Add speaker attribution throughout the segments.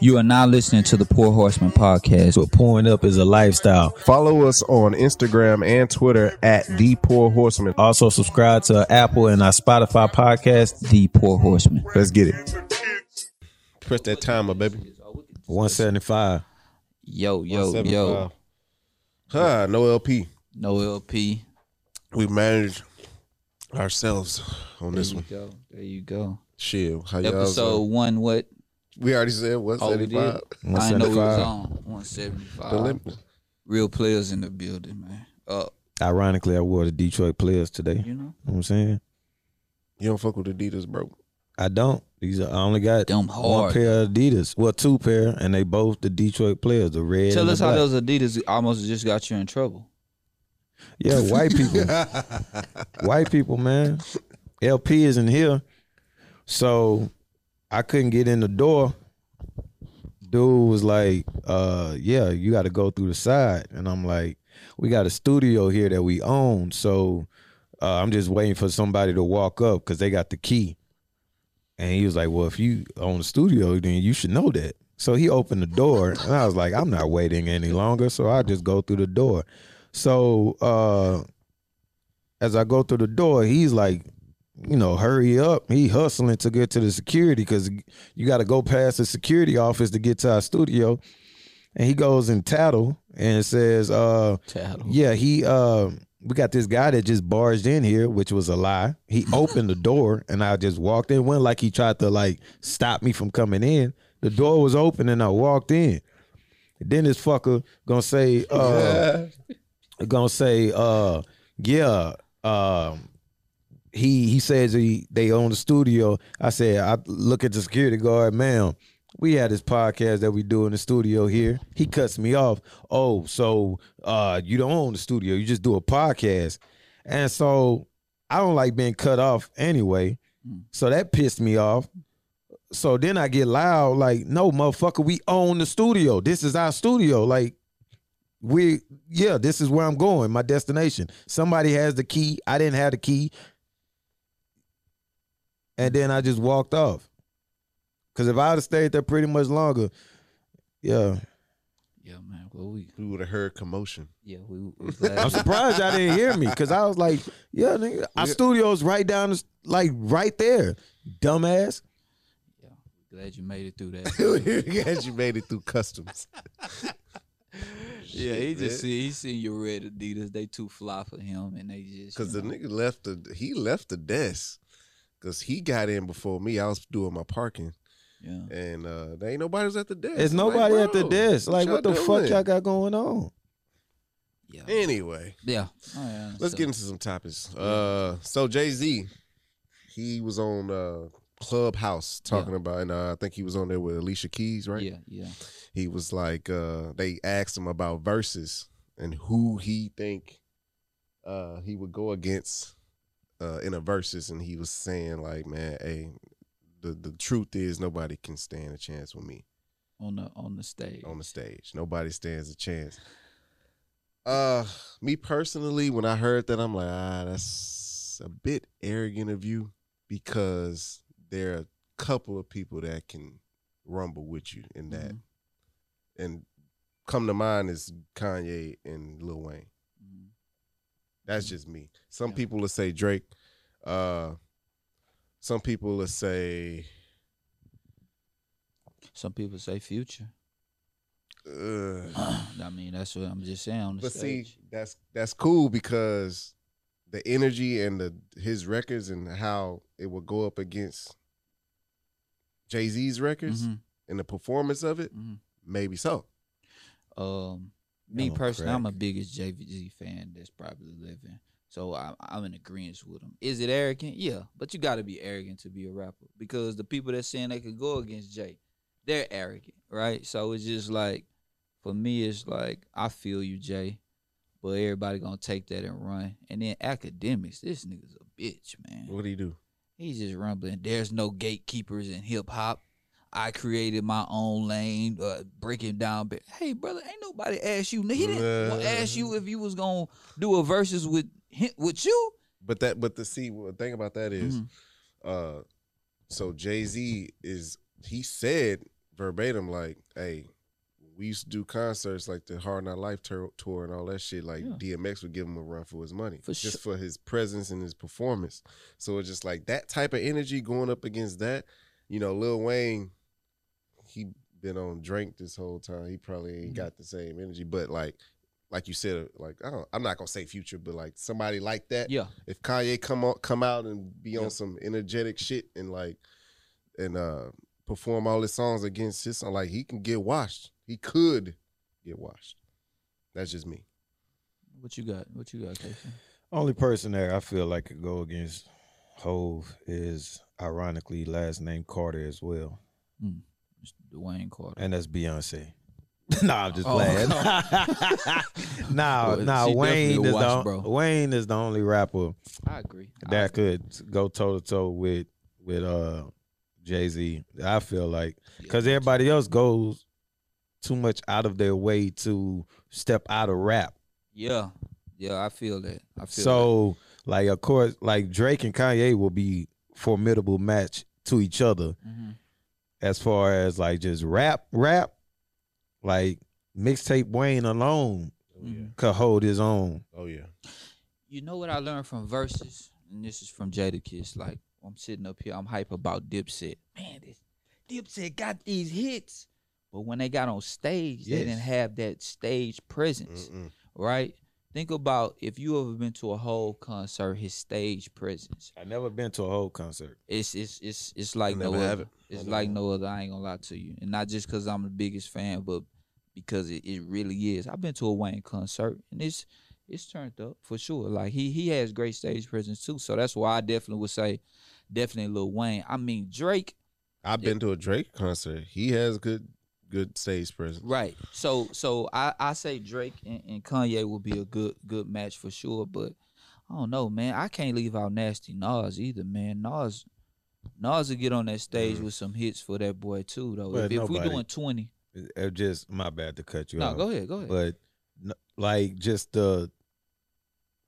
Speaker 1: You are now listening to the Poor Horseman podcast.
Speaker 2: But pouring up is a lifestyle.
Speaker 3: Follow us on Instagram and Twitter at The Poor Horseman.
Speaker 2: Also, subscribe to our Apple and our Spotify podcast.
Speaker 1: The Poor Horseman.
Speaker 3: Let's get it. Press that timer, baby.
Speaker 2: 175.
Speaker 1: Yo, yo, yo.
Speaker 3: Huh, no LP.
Speaker 1: No LP.
Speaker 3: We managed ourselves on
Speaker 1: There
Speaker 3: this
Speaker 1: you
Speaker 3: one.
Speaker 1: go. There you go.
Speaker 3: Shit, how y'all?
Speaker 1: Episode one. What?
Speaker 3: We already said
Speaker 1: Oh, we did? Uh,
Speaker 3: 175.
Speaker 1: I didn't know we was
Speaker 2: 175.
Speaker 1: on
Speaker 3: The
Speaker 1: 175.
Speaker 3: limit.
Speaker 1: Real players in the building, man. Uh,
Speaker 2: Ironically, I wore the Detroit players today.
Speaker 1: you
Speaker 2: You know
Speaker 1: know,
Speaker 2: what I'm saying?
Speaker 3: You don't fuck with Adidas, bro.
Speaker 2: I don't. These are, I only got
Speaker 1: Them
Speaker 2: one
Speaker 1: hard.
Speaker 2: pair of Adidas. Well, two pair, and they both the Detroit players, the red.
Speaker 1: Tell
Speaker 2: and
Speaker 1: us
Speaker 2: the
Speaker 1: how
Speaker 2: black.
Speaker 1: those Adidas almost just got you in trouble.
Speaker 2: Yeah, white people.
Speaker 3: Oh.
Speaker 2: white people, man. LP is in here. So I couldn't get in the door. Dude was like, uh, yeah, you gotta go through the side. And I'm like, we got a studio here that we own. So uh, I'm just waiting for somebody to walk up because they got the key. And he was like, Well, if you own the studio, then you should know that. So he opened the door and I was like, I'm not waiting any longer. So I just go through the door. So uh as I go through the door, he's like, you know, hurry up. He hustling to get to the security because you got to go past the security office to get to our studio. And he goes in tattle and says, uh, yeah, he uh we got this guy that just barged in here, which was a lie. He opened the door and I just walked in. Went like he tried to like stop me from coming in. The door was open and I walked in. Then this fucker gonna say uh gonna say uh yeah um he he says he they own the studio. I said I look at the security guard, ma'am. We had this podcast that we do in the studio here. He cuts me off. Oh, so uh you don't own the studio, you just do a podcast. And so I don't like being cut off anyway. So that pissed me off. So then I get loud, like, no motherfucker, we own the studio. This is our studio. Like we yeah, this is where I'm going, my destination. Somebody has the key. I didn't have the key. And then I just walked off. Cause if I would have stayed there pretty much longer, yeah.
Speaker 1: Yeah, man. Well, we,
Speaker 3: We would have heard commotion.
Speaker 1: yeah, we, we glad
Speaker 2: I'm surprised y'all didn't hear me. Cause I was like, yeah, nigga, our studio's right down the- like right there. Dumbass.
Speaker 1: Glad you made it through that.
Speaker 3: As you made it through customs.
Speaker 1: yeah, he
Speaker 3: Shit, man.
Speaker 1: just see he seen your red Adidas. They too fly for him, and they just
Speaker 3: Cause
Speaker 1: you
Speaker 3: the
Speaker 1: know.
Speaker 3: nigga left the he left the desk. Cause he got in before me. I was doing my parking.
Speaker 1: Yeah,
Speaker 3: And uh there ain't nobody was at the desk.
Speaker 2: There's
Speaker 3: I'm
Speaker 2: nobody
Speaker 3: like,
Speaker 2: at the
Speaker 3: bro,
Speaker 2: desk. Like, what the fuck
Speaker 3: doing?
Speaker 2: y'all got going on?
Speaker 1: yeah,
Speaker 3: Anyway,
Speaker 1: yeah. Oh, yeah
Speaker 3: let's
Speaker 1: so-
Speaker 3: get into some topics. Uh so Jay Z, he was on uh Clubhouse talking about and uh, I think he was on there with Alicia Keys, right?
Speaker 1: Yeah, yeah.
Speaker 3: He was like uh they asked him about verses and who he think uh he would go against uh in a verses and he was saying like, man, hey, the the truth is nobody can stand a chance with me.
Speaker 1: On the on the stage.
Speaker 3: on the stage. Nobody stands a chance. Uh, me personally, when I heard that, I'm like, ah, that's a bit arrogant of you because there are a couple of people that can rumble with you in that.
Speaker 1: Mhm.
Speaker 3: And come to mind is Kanye and Lil Wayne.
Speaker 1: Mhm.
Speaker 3: That's just me. Some
Speaker 1: Yeah.
Speaker 3: people will say Drake. Uh, some people will say
Speaker 1: Some people say future.
Speaker 3: uh,
Speaker 1: I mean, that's what I'm just saying. On the
Speaker 3: But see,
Speaker 1: stage.
Speaker 3: that's that's cool because the energy and the his records and how it would go up against Jay Z's records
Speaker 1: Mhm,
Speaker 3: and the performance of it,
Speaker 1: mhm.
Speaker 3: maybe so.
Speaker 1: Um, me
Speaker 2: I'm on
Speaker 1: personally, I'm a
Speaker 2: crack.
Speaker 1: biggest JVG fan that's probably living. So I, I'm in agreement with him. Is it arrogant? Yeah, but you got to be arrogant to be a rapper because the people that's saying they could go against Jay, they're arrogant, right? So it's just like, for me, it's like I feel you, Jay, but everybody gonna take that and run. And then academics, this nigga's a bitch, man.
Speaker 3: What do you do?
Speaker 1: He's just rumbling. There's no gatekeepers in hip hop. I created my own lane, uh, breaking down. ba- Hey, brother, ain't nobody asked you. He didn't
Speaker 3: Nah.
Speaker 1: ask you if you was gonna do a versus with him, with you.
Speaker 3: But
Speaker 1: Mm-hmm.
Speaker 3: that but the see well, the thing about that is,
Speaker 1: Mhm.
Speaker 3: uh so Jay Z Uh, is he said verbatim like, "Hey, we used to do concerts like the Hard Knock Life tour, tour and all that shit. Like
Speaker 1: Yeah.
Speaker 3: DMX would give him a run for his money,
Speaker 1: For
Speaker 3: just for his presence and his performance. So it's just like that type of energy going up against that. You know, Lil Wayne, he been on drink this whole time. He probably ain't
Speaker 1: Mhm.
Speaker 3: got the same energy, but like." Like you said, like I don't, I'm not gonna say future, but like somebody like that,
Speaker 1: Yeah.
Speaker 3: if Kanye come on, come out and be
Speaker 1: Yeah.
Speaker 3: on some energetic shit and like and uh perform all his songs against his song, like he can get washed. He could get washed. That's just me.
Speaker 1: What you got? What you got, Casey?
Speaker 2: Only person there I feel like could go against Hove is ironically last name Carter as well,
Speaker 1: Mr. Dwayne Carter.
Speaker 2: and that's Beyonce. nah, I'm just
Speaker 1: Oh.
Speaker 2: playing. nah,
Speaker 1: Well,
Speaker 2: nah.
Speaker 1: she
Speaker 2: Wayne
Speaker 1: definitely
Speaker 2: is
Speaker 1: a
Speaker 2: the
Speaker 1: watch, bro.
Speaker 2: Wayne is the only rapper
Speaker 1: I agree. I
Speaker 2: that could go toe to toe with with uh Jay Z. I feel like
Speaker 1: agree.
Speaker 2: because everybody else goes too much out of their way to step out of rap.
Speaker 1: Yeah. Yeah, I feel that. I feel
Speaker 2: So, like, of course, like Drake and Kanye will be formidable match to each other
Speaker 1: that. Mhm.
Speaker 2: as far as like just rap, rap. Like mixtape Wayne alone
Speaker 3: Oh
Speaker 1: yeah. Mhm.
Speaker 2: could hold his own.
Speaker 3: Oh yeah.
Speaker 1: You know what I learned from verses, and this is from Jada Kiss. Like I'm sitting up here, I'm hype about Dipset. Man, this Dipset got these hits, but when they got on stage, they
Speaker 2: Yes.
Speaker 1: didn't have that stage presence,
Speaker 3: Mm-mm.
Speaker 1: right? Think about if you ever been to a whole concert, his stage presence.
Speaker 2: I never been to a whole concert.
Speaker 1: It's it's it's it's like
Speaker 3: I
Speaker 1: no
Speaker 3: never have
Speaker 1: other.
Speaker 3: it. I
Speaker 1: It's
Speaker 3: never
Speaker 1: like
Speaker 3: have
Speaker 1: no other. I ain't gonna lie to you, and not just because I'm the biggest fan, but because it, it really is. I've been to a Wayne concert, and it's it's turned up for sure. Like he he has great stage presence too, so that's why I definitely would say definitely Lil Wayne. I mean Drake,
Speaker 3: I've been to a Drake concert. He has good good stage presence.
Speaker 1: right? So so I I say Drake and, and Kanye will be a good good match for sure, but I don't know, man. I can't leave out Nasty Nas either, man. Nas. Nas will get on that stage
Speaker 3: Mhm.
Speaker 1: with some hits for that boy too, though.
Speaker 2: But
Speaker 1: if if we
Speaker 2: nobody-
Speaker 1: doing twenty,
Speaker 2: It, it just my bad to cut you
Speaker 1: No,
Speaker 2: off.
Speaker 1: go ahead, go ahead.
Speaker 2: But n- like just the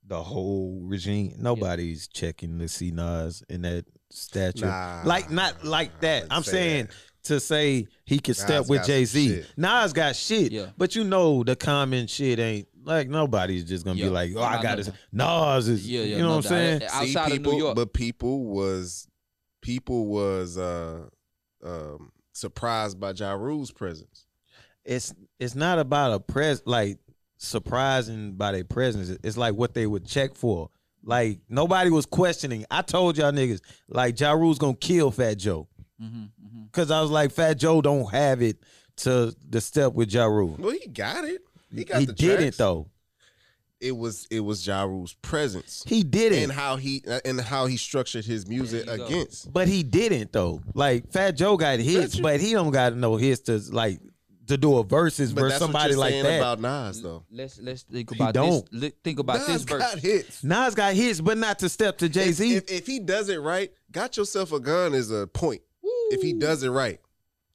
Speaker 2: the whole regime, nobody's checking to see Nas in that statue.
Speaker 3: Nah,
Speaker 2: Like, not like
Speaker 3: I
Speaker 2: that.
Speaker 3: wouldn't
Speaker 2: I'm
Speaker 3: say
Speaker 2: saying
Speaker 3: that.
Speaker 2: to say he could step
Speaker 3: Nas
Speaker 2: with
Speaker 3: got some
Speaker 2: Jay Z.
Speaker 3: shit.
Speaker 2: Nas got shit,
Speaker 1: Yeah.
Speaker 2: but you know the common shit ain't like nobody's just gonna
Speaker 1: Yeah.
Speaker 2: be like, oh,
Speaker 1: Nah,
Speaker 2: I got
Speaker 1: no
Speaker 2: this. Nas is,
Speaker 1: Yeah, yeah,
Speaker 2: you know
Speaker 1: no
Speaker 2: what I'm
Speaker 1: doubt.
Speaker 2: saying?
Speaker 1: That- outside of New
Speaker 3: people-
Speaker 1: York.
Speaker 3: But people was people was uh um surprised by Ja Rule's presence.
Speaker 2: It's it's not about a pres like surprising by their presence. It's like what they would check for. Like nobody was questioning. I told y'all niggas like Ja Rule's gonna kill Fat Joe
Speaker 1: Mm-hmm, mm-hmm.
Speaker 2: because I was like Fat Joe don't have it to the step with Ja Rule.
Speaker 3: Well, he got it. He got the
Speaker 2: did
Speaker 3: tracks.
Speaker 2: it though.
Speaker 3: It was it was Ja Rule's presence.
Speaker 2: He did it.
Speaker 3: and how he and how he structured his music
Speaker 1: There you go.
Speaker 3: against.
Speaker 2: But he didn't though. Like Fat Joe got hits,
Speaker 3: Joe-
Speaker 2: but he don't got no hits to like to do a versus
Speaker 3: But
Speaker 2: versus
Speaker 3: that's
Speaker 2: somebody
Speaker 3: what you're saying
Speaker 2: like that.
Speaker 3: about Nas though.
Speaker 1: Let's let's think
Speaker 2: He
Speaker 1: about this.
Speaker 2: don't.
Speaker 1: Li- think about
Speaker 3: Nas
Speaker 1: this verse.
Speaker 3: got hits.
Speaker 2: Nas got hits, but not to step to Jay Z.
Speaker 3: If, if, if he does it right, got yourself a gun is a point. If he
Speaker 1: Woo.
Speaker 3: does it right,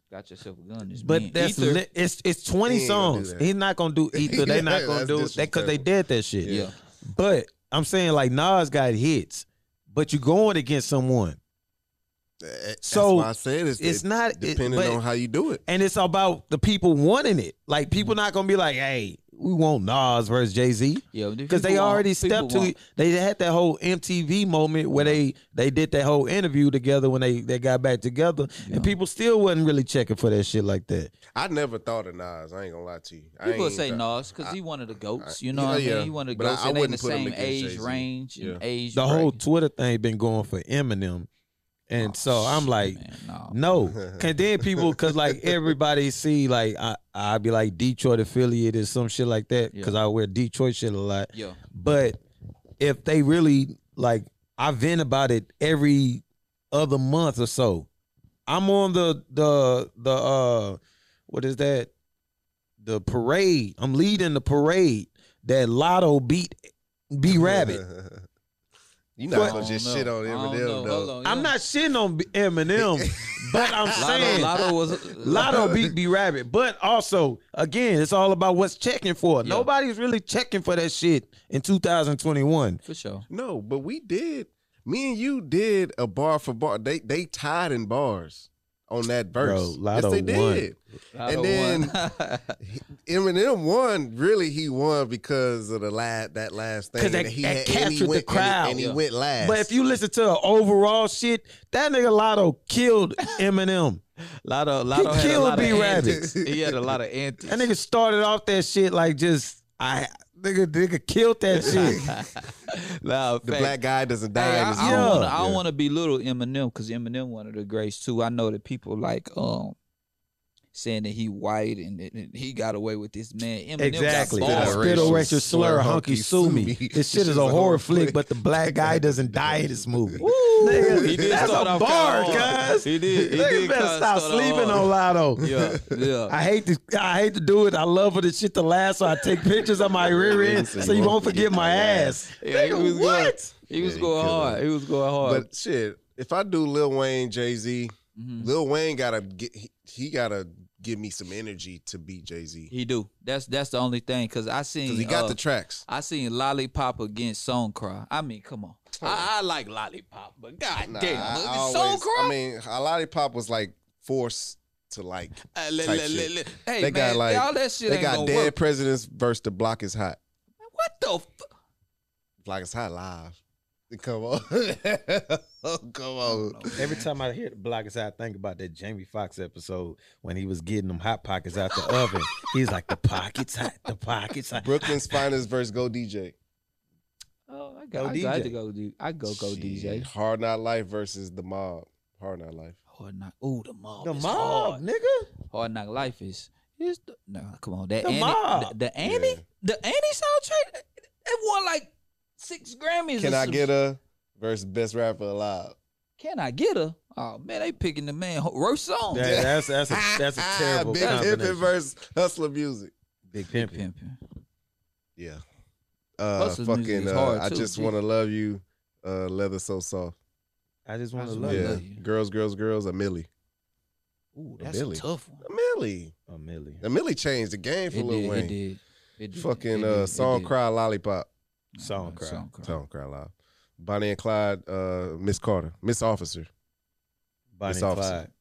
Speaker 1: got yourself a gun, this man.
Speaker 2: But that's
Speaker 1: Ether,
Speaker 2: li- it's it's twenty
Speaker 3: He ain't gonna do
Speaker 2: songs.
Speaker 3: that.
Speaker 2: He's not gonna do either. They're not
Speaker 3: Yeah,
Speaker 2: gonna
Speaker 3: that's
Speaker 2: do that because
Speaker 3: disrespectful.
Speaker 2: they did that shit.
Speaker 1: yeah.
Speaker 2: But I'm saying like Nas got hits, but you going against someone.
Speaker 3: that-
Speaker 2: So,
Speaker 3: eh, that's why I said it's,
Speaker 2: It's
Speaker 3: it-
Speaker 2: not it-
Speaker 3: depending
Speaker 2: but-
Speaker 3: on how you do it.
Speaker 2: and it's about the people wanting it. Like people not gonna be like, hey, we want Nas versus Jay Z.
Speaker 1: yeah,
Speaker 2: Because they already stepped to it. They had that whole MTV moment where they they did that whole interview together when they they got back together,
Speaker 1: Yeah.
Speaker 2: and people still wasn't really checking for that shit like that.
Speaker 3: I never thought of Nas. I ain't gonna lie to you. I
Speaker 1: People
Speaker 3: ain't
Speaker 1: say
Speaker 3: thought-
Speaker 1: Nas because
Speaker 3: I-
Speaker 1: he one of the goats.
Speaker 3: I-
Speaker 1: You know,
Speaker 3: yeah,
Speaker 1: what I mean,
Speaker 3: yeah.
Speaker 1: he one of the
Speaker 3: But I-
Speaker 1: goats.
Speaker 3: I
Speaker 1: and they in the
Speaker 3: wouldn't put him
Speaker 1: same
Speaker 3: against
Speaker 1: age
Speaker 3: Jay-Z.
Speaker 1: range
Speaker 3: Yeah.
Speaker 1: and age.
Speaker 2: The whole
Speaker 1: bracket.
Speaker 2: Twitter thing been going for Eminem, and
Speaker 1: Oh,
Speaker 2: so I'm
Speaker 1: shit,
Speaker 2: like,
Speaker 1: man, no.
Speaker 2: no. Cause then people, cause like everybody see like I I be like Detroit affiliated or some shit like that, cause I wear Detroit shit a lot.
Speaker 1: Yeah,
Speaker 2: But if they really like, I vent about it every other month or so. I'm on the the the uh, what is that? The parade. I'm leading the parade that Lotto beat B Rabbit.
Speaker 3: you
Speaker 1: I
Speaker 3: not gonna
Speaker 1: don't
Speaker 3: just
Speaker 1: know.
Speaker 3: shit on
Speaker 1: I don't know.
Speaker 3: Eminem
Speaker 1: Hold
Speaker 3: though.
Speaker 1: on,
Speaker 2: I'm
Speaker 1: Oh, yeah.
Speaker 2: not shitting on B- Eminem, but I'm
Speaker 1: Lotto,
Speaker 2: saying
Speaker 1: Lotto was
Speaker 2: Lotto beat B Rabbit, but also again, it's all about what's checking for.
Speaker 1: Yeah.
Speaker 2: Nobody's really checking for that shit in 2021.
Speaker 1: for sure.
Speaker 3: No, but we did. Me and you did a bar for bar. They they tied in bars. on that
Speaker 2: Bro,
Speaker 3: verse. yes,
Speaker 2: Lotto
Speaker 3: they did. And then- He- Eminem won. Really, he won because of the la- that last thing
Speaker 2: 'Cause that-
Speaker 3: he
Speaker 2: that
Speaker 3: and he
Speaker 2: captured the
Speaker 3: went- and he-
Speaker 2: crowd.
Speaker 3: and he,
Speaker 1: Yeah.
Speaker 3: went last.
Speaker 2: But if you listen to her overall shit, that nigga Lotto killed Eminem.
Speaker 1: Lotto, Lotto had
Speaker 2: killed
Speaker 1: a lot
Speaker 2: B.
Speaker 1: of
Speaker 2: Rabbits.
Speaker 1: antics. He had a lot of antics.
Speaker 2: That nigga started off that shit like just I nigga nigga killed that shit.
Speaker 1: Nah,
Speaker 3: the
Speaker 1: fact.
Speaker 3: black guy doesn't die,
Speaker 1: Hey,
Speaker 3: in
Speaker 1: I,
Speaker 3: his
Speaker 1: I
Speaker 2: Yeah.
Speaker 3: own-
Speaker 1: don't wanna, I
Speaker 3: yeah.
Speaker 1: don't want to belittle Eminem because Eminem one of the greats too. I know that people like um saying that he white and, that- that he got away with this man. Eminem
Speaker 2: Exactly.
Speaker 1: got bars.
Speaker 3: Spit
Speaker 2: Spittle
Speaker 3: racial
Speaker 2: racial slur,
Speaker 3: slur,
Speaker 2: hunky sue me. This shit is a horror flick, but the black guy doesn't die in this movie.
Speaker 1: Woo!
Speaker 2: Nigga,
Speaker 1: He did
Speaker 2: that's
Speaker 1: start
Speaker 2: a
Speaker 1: off
Speaker 2: bar,
Speaker 1: kinda hard.
Speaker 2: guys.
Speaker 1: He did. He
Speaker 2: Niggas
Speaker 1: did
Speaker 2: better
Speaker 1: kinda
Speaker 2: stop
Speaker 1: start off hard.
Speaker 2: sleeping on Lotto.
Speaker 1: Yeah, yeah.
Speaker 2: I hate to I hate to do it. I love for the shit to last, so I take pictures of my rear end so you won't forget my ass.
Speaker 1: Yeah, he
Speaker 2: Nigga,
Speaker 1: was going-
Speaker 2: what?
Speaker 1: He was
Speaker 3: Yeah, he
Speaker 1: going
Speaker 3: killed
Speaker 1: hard.
Speaker 3: it.
Speaker 1: He was going hard.
Speaker 3: But shit, if I do Lil Wayne, Jay Z,
Speaker 2: Mm-hmm.
Speaker 1: Mhm.
Speaker 3: Lil Wayne gotta get he, he gotta give me some energy to beat Jay Z
Speaker 1: He do. That's that's the only thing because I seen
Speaker 3: because he got
Speaker 1: uh,
Speaker 3: the tracks.
Speaker 1: I seen Lollipop against Song Cry. I mean, come on. I, I like Lollipop, but god
Speaker 3: Nah,
Speaker 1: damn,
Speaker 3: I,
Speaker 1: it's
Speaker 3: I
Speaker 1: Song
Speaker 3: always,
Speaker 1: Cry.
Speaker 3: I mean, a lot of pop was like forced to like.
Speaker 1: Uh, le-
Speaker 3: type
Speaker 1: le- le-
Speaker 3: shit.
Speaker 1: le- Hey
Speaker 3: They
Speaker 1: man,
Speaker 3: got, like-
Speaker 1: all that shit
Speaker 3: They
Speaker 1: ain't
Speaker 3: got
Speaker 1: gonna
Speaker 3: dead
Speaker 1: work.
Speaker 3: presidents versus the block is hot.
Speaker 1: What the? F-
Speaker 3: Block is hot live. Come on, oh, come on.
Speaker 2: Every time I hear the block is out, I think about that Jamie Foxx episode when he was getting them hot pockets out the oven. He's like, the pockets hot, the pockets hot.
Speaker 3: Brooklyn's finest versus Go DJ.
Speaker 1: oh, I
Speaker 2: Go
Speaker 1: got. I got to
Speaker 2: DJ.
Speaker 1: go. D- I go go
Speaker 3: Shit.
Speaker 1: DJ.
Speaker 3: Hard Not Life versus The Mob. Hard Not Life.
Speaker 1: Hard knock. Oh, Ooh, the mob.
Speaker 2: The
Speaker 1: is
Speaker 2: mob,
Speaker 1: Hard.
Speaker 2: nigga.
Speaker 1: hard knock life is. Is the, no, come on. That
Speaker 2: The
Speaker 1: Annie,
Speaker 2: mob.
Speaker 1: The, the Annie.
Speaker 3: Yeah.
Speaker 1: The Annie soundtrack. It won like six Grammys.
Speaker 3: Can
Speaker 1: or
Speaker 3: I
Speaker 1: some
Speaker 3: get a versus Best Rapper Alive?
Speaker 1: Can I get her? Oh man, they picking the man ho- roast song.
Speaker 2: That- that's that's a that's a terrible
Speaker 3: Big Pimpin'
Speaker 2: combination.
Speaker 3: versus Hustler Music.
Speaker 2: Big
Speaker 1: Big
Speaker 2: pimpin'.
Speaker 1: pimpin'.
Speaker 3: Yeah. Uh,
Speaker 1: Hustler Music
Speaker 3: fucking.
Speaker 1: is
Speaker 3: Uh,
Speaker 1: hard,
Speaker 3: I
Speaker 1: too,
Speaker 3: just
Speaker 1: G.
Speaker 3: want to love you. Uh, leather so soft.
Speaker 2: I just want to
Speaker 1: That's
Speaker 2: love
Speaker 1: what-
Speaker 3: yeah.
Speaker 2: you.
Speaker 1: Love You.
Speaker 3: Girls, girls, girls. A Millie.
Speaker 1: Ooh,
Speaker 3: A
Speaker 1: that's
Speaker 3: Billy.
Speaker 1: a tough one.
Speaker 3: A Millie.
Speaker 2: Oh, Millie.
Speaker 3: A Millie changed the game
Speaker 1: It
Speaker 3: for
Speaker 1: did,
Speaker 3: Lil
Speaker 1: it
Speaker 3: Wayne.
Speaker 1: did. It did.
Speaker 3: Fucking
Speaker 1: it
Speaker 3: uh,
Speaker 1: did, it
Speaker 3: song
Speaker 1: did. Uh-huh.
Speaker 3: cry lollipop.
Speaker 2: Song Cry.
Speaker 1: Song cry.
Speaker 3: Song cry loud. Bonnie and Clyde. Uh, Miss Carter. Miss Officer.
Speaker 2: Bonnie
Speaker 3: Miss
Speaker 2: and
Speaker 3: Officer.
Speaker 2: Clyde.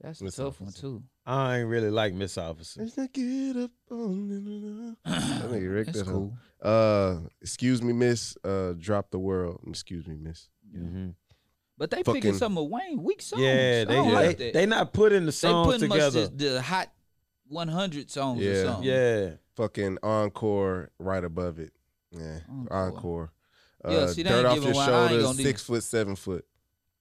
Speaker 1: That's a
Speaker 3: Miss
Speaker 1: tough one
Speaker 3: Officer.
Speaker 1: too.
Speaker 2: I ain't really like Miss Officer.
Speaker 3: Let's not get up on. nigga Rick
Speaker 1: That's
Speaker 3: that hoe.
Speaker 1: cool.
Speaker 3: Uh, excuse me, miss. Uh, drop the world. Excuse me, miss.
Speaker 2: Mhm.
Speaker 1: But they
Speaker 3: Fucking-
Speaker 1: picking some of Wayne weak songs.
Speaker 2: Yeah,
Speaker 1: I
Speaker 2: they
Speaker 1: don't
Speaker 2: they,
Speaker 1: like
Speaker 2: they
Speaker 1: that.
Speaker 2: not putting the
Speaker 1: They
Speaker 2: songs
Speaker 1: putting much
Speaker 2: together.
Speaker 1: the, the hot 100 songs
Speaker 3: Yeah.
Speaker 1: or something.
Speaker 2: yeah,
Speaker 3: Fucking encore right above it. Yeah,
Speaker 1: Encore.
Speaker 3: encore. Uh,
Speaker 1: Yeah, see, they
Speaker 3: dirt
Speaker 1: ain't
Speaker 3: off
Speaker 1: giving
Speaker 3: your
Speaker 1: one. I ain't
Speaker 3: shoulders,
Speaker 1: gonna do-
Speaker 3: six foot, seven foot.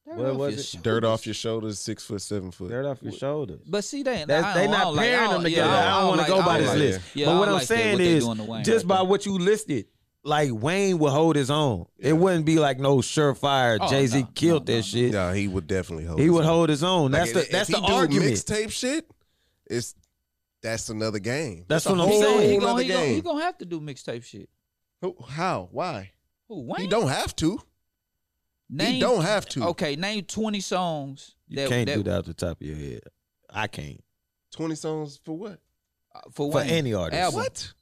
Speaker 1: Dirt
Speaker 2: What
Speaker 1: off
Speaker 2: was
Speaker 1: your
Speaker 2: it?
Speaker 1: shoulders.
Speaker 3: Dirt off your shoulders, six foot, seven foot.
Speaker 2: dirt off your shoulders.
Speaker 1: But see, they ain't.
Speaker 2: That's-
Speaker 1: I
Speaker 2: they
Speaker 1: don't- I
Speaker 2: not
Speaker 1: don't like-
Speaker 2: pairing
Speaker 1: I don't-
Speaker 2: them
Speaker 1: yeah, I
Speaker 2: together. I don't wanna
Speaker 1: like-
Speaker 2: go by
Speaker 1: don't
Speaker 3: this
Speaker 1: like
Speaker 3: list.
Speaker 1: that. Yeah,
Speaker 2: but
Speaker 1: I
Speaker 2: what
Speaker 1: don't
Speaker 2: I'm
Speaker 1: like that,
Speaker 2: saying
Speaker 1: what they
Speaker 2: is,
Speaker 1: doing to Wayne
Speaker 2: just
Speaker 1: right
Speaker 2: by
Speaker 1: there.
Speaker 2: what you listed, like Wayne would hold his own.
Speaker 3: Yeah.
Speaker 2: It wouldn't be like no surefire
Speaker 1: Oh,
Speaker 2: Jay Z
Speaker 1: no,
Speaker 2: killed
Speaker 1: no,
Speaker 2: that
Speaker 1: no,
Speaker 2: shit.
Speaker 3: No, he would definitely hold.
Speaker 2: He
Speaker 3: his
Speaker 2: would
Speaker 3: own.
Speaker 2: hold his own.
Speaker 3: Like,
Speaker 2: That's
Speaker 3: if-
Speaker 2: the that's
Speaker 3: if
Speaker 2: the
Speaker 3: he do
Speaker 2: argument.
Speaker 3: Mixtape shit. It's that's another game.
Speaker 2: that's what
Speaker 1: He
Speaker 2: I'm
Speaker 3: whole
Speaker 1: gonna- He
Speaker 2: saying.
Speaker 1: gonna,
Speaker 3: nother
Speaker 1: he gonna, he
Speaker 3: game.
Speaker 1: gonna have to do mixtape shit.
Speaker 3: Who- How? Why?
Speaker 1: Who Wayne?
Speaker 3: He don't have to.
Speaker 1: name,
Speaker 3: He don't have to.
Speaker 1: Okay, name 20 songs.
Speaker 2: You can't do that off the top of your head. I can't
Speaker 3: Twenty songs for what?
Speaker 1: uh, for,
Speaker 2: for
Speaker 1: Wayne.
Speaker 2: any artist.
Speaker 1: Album.
Speaker 3: What?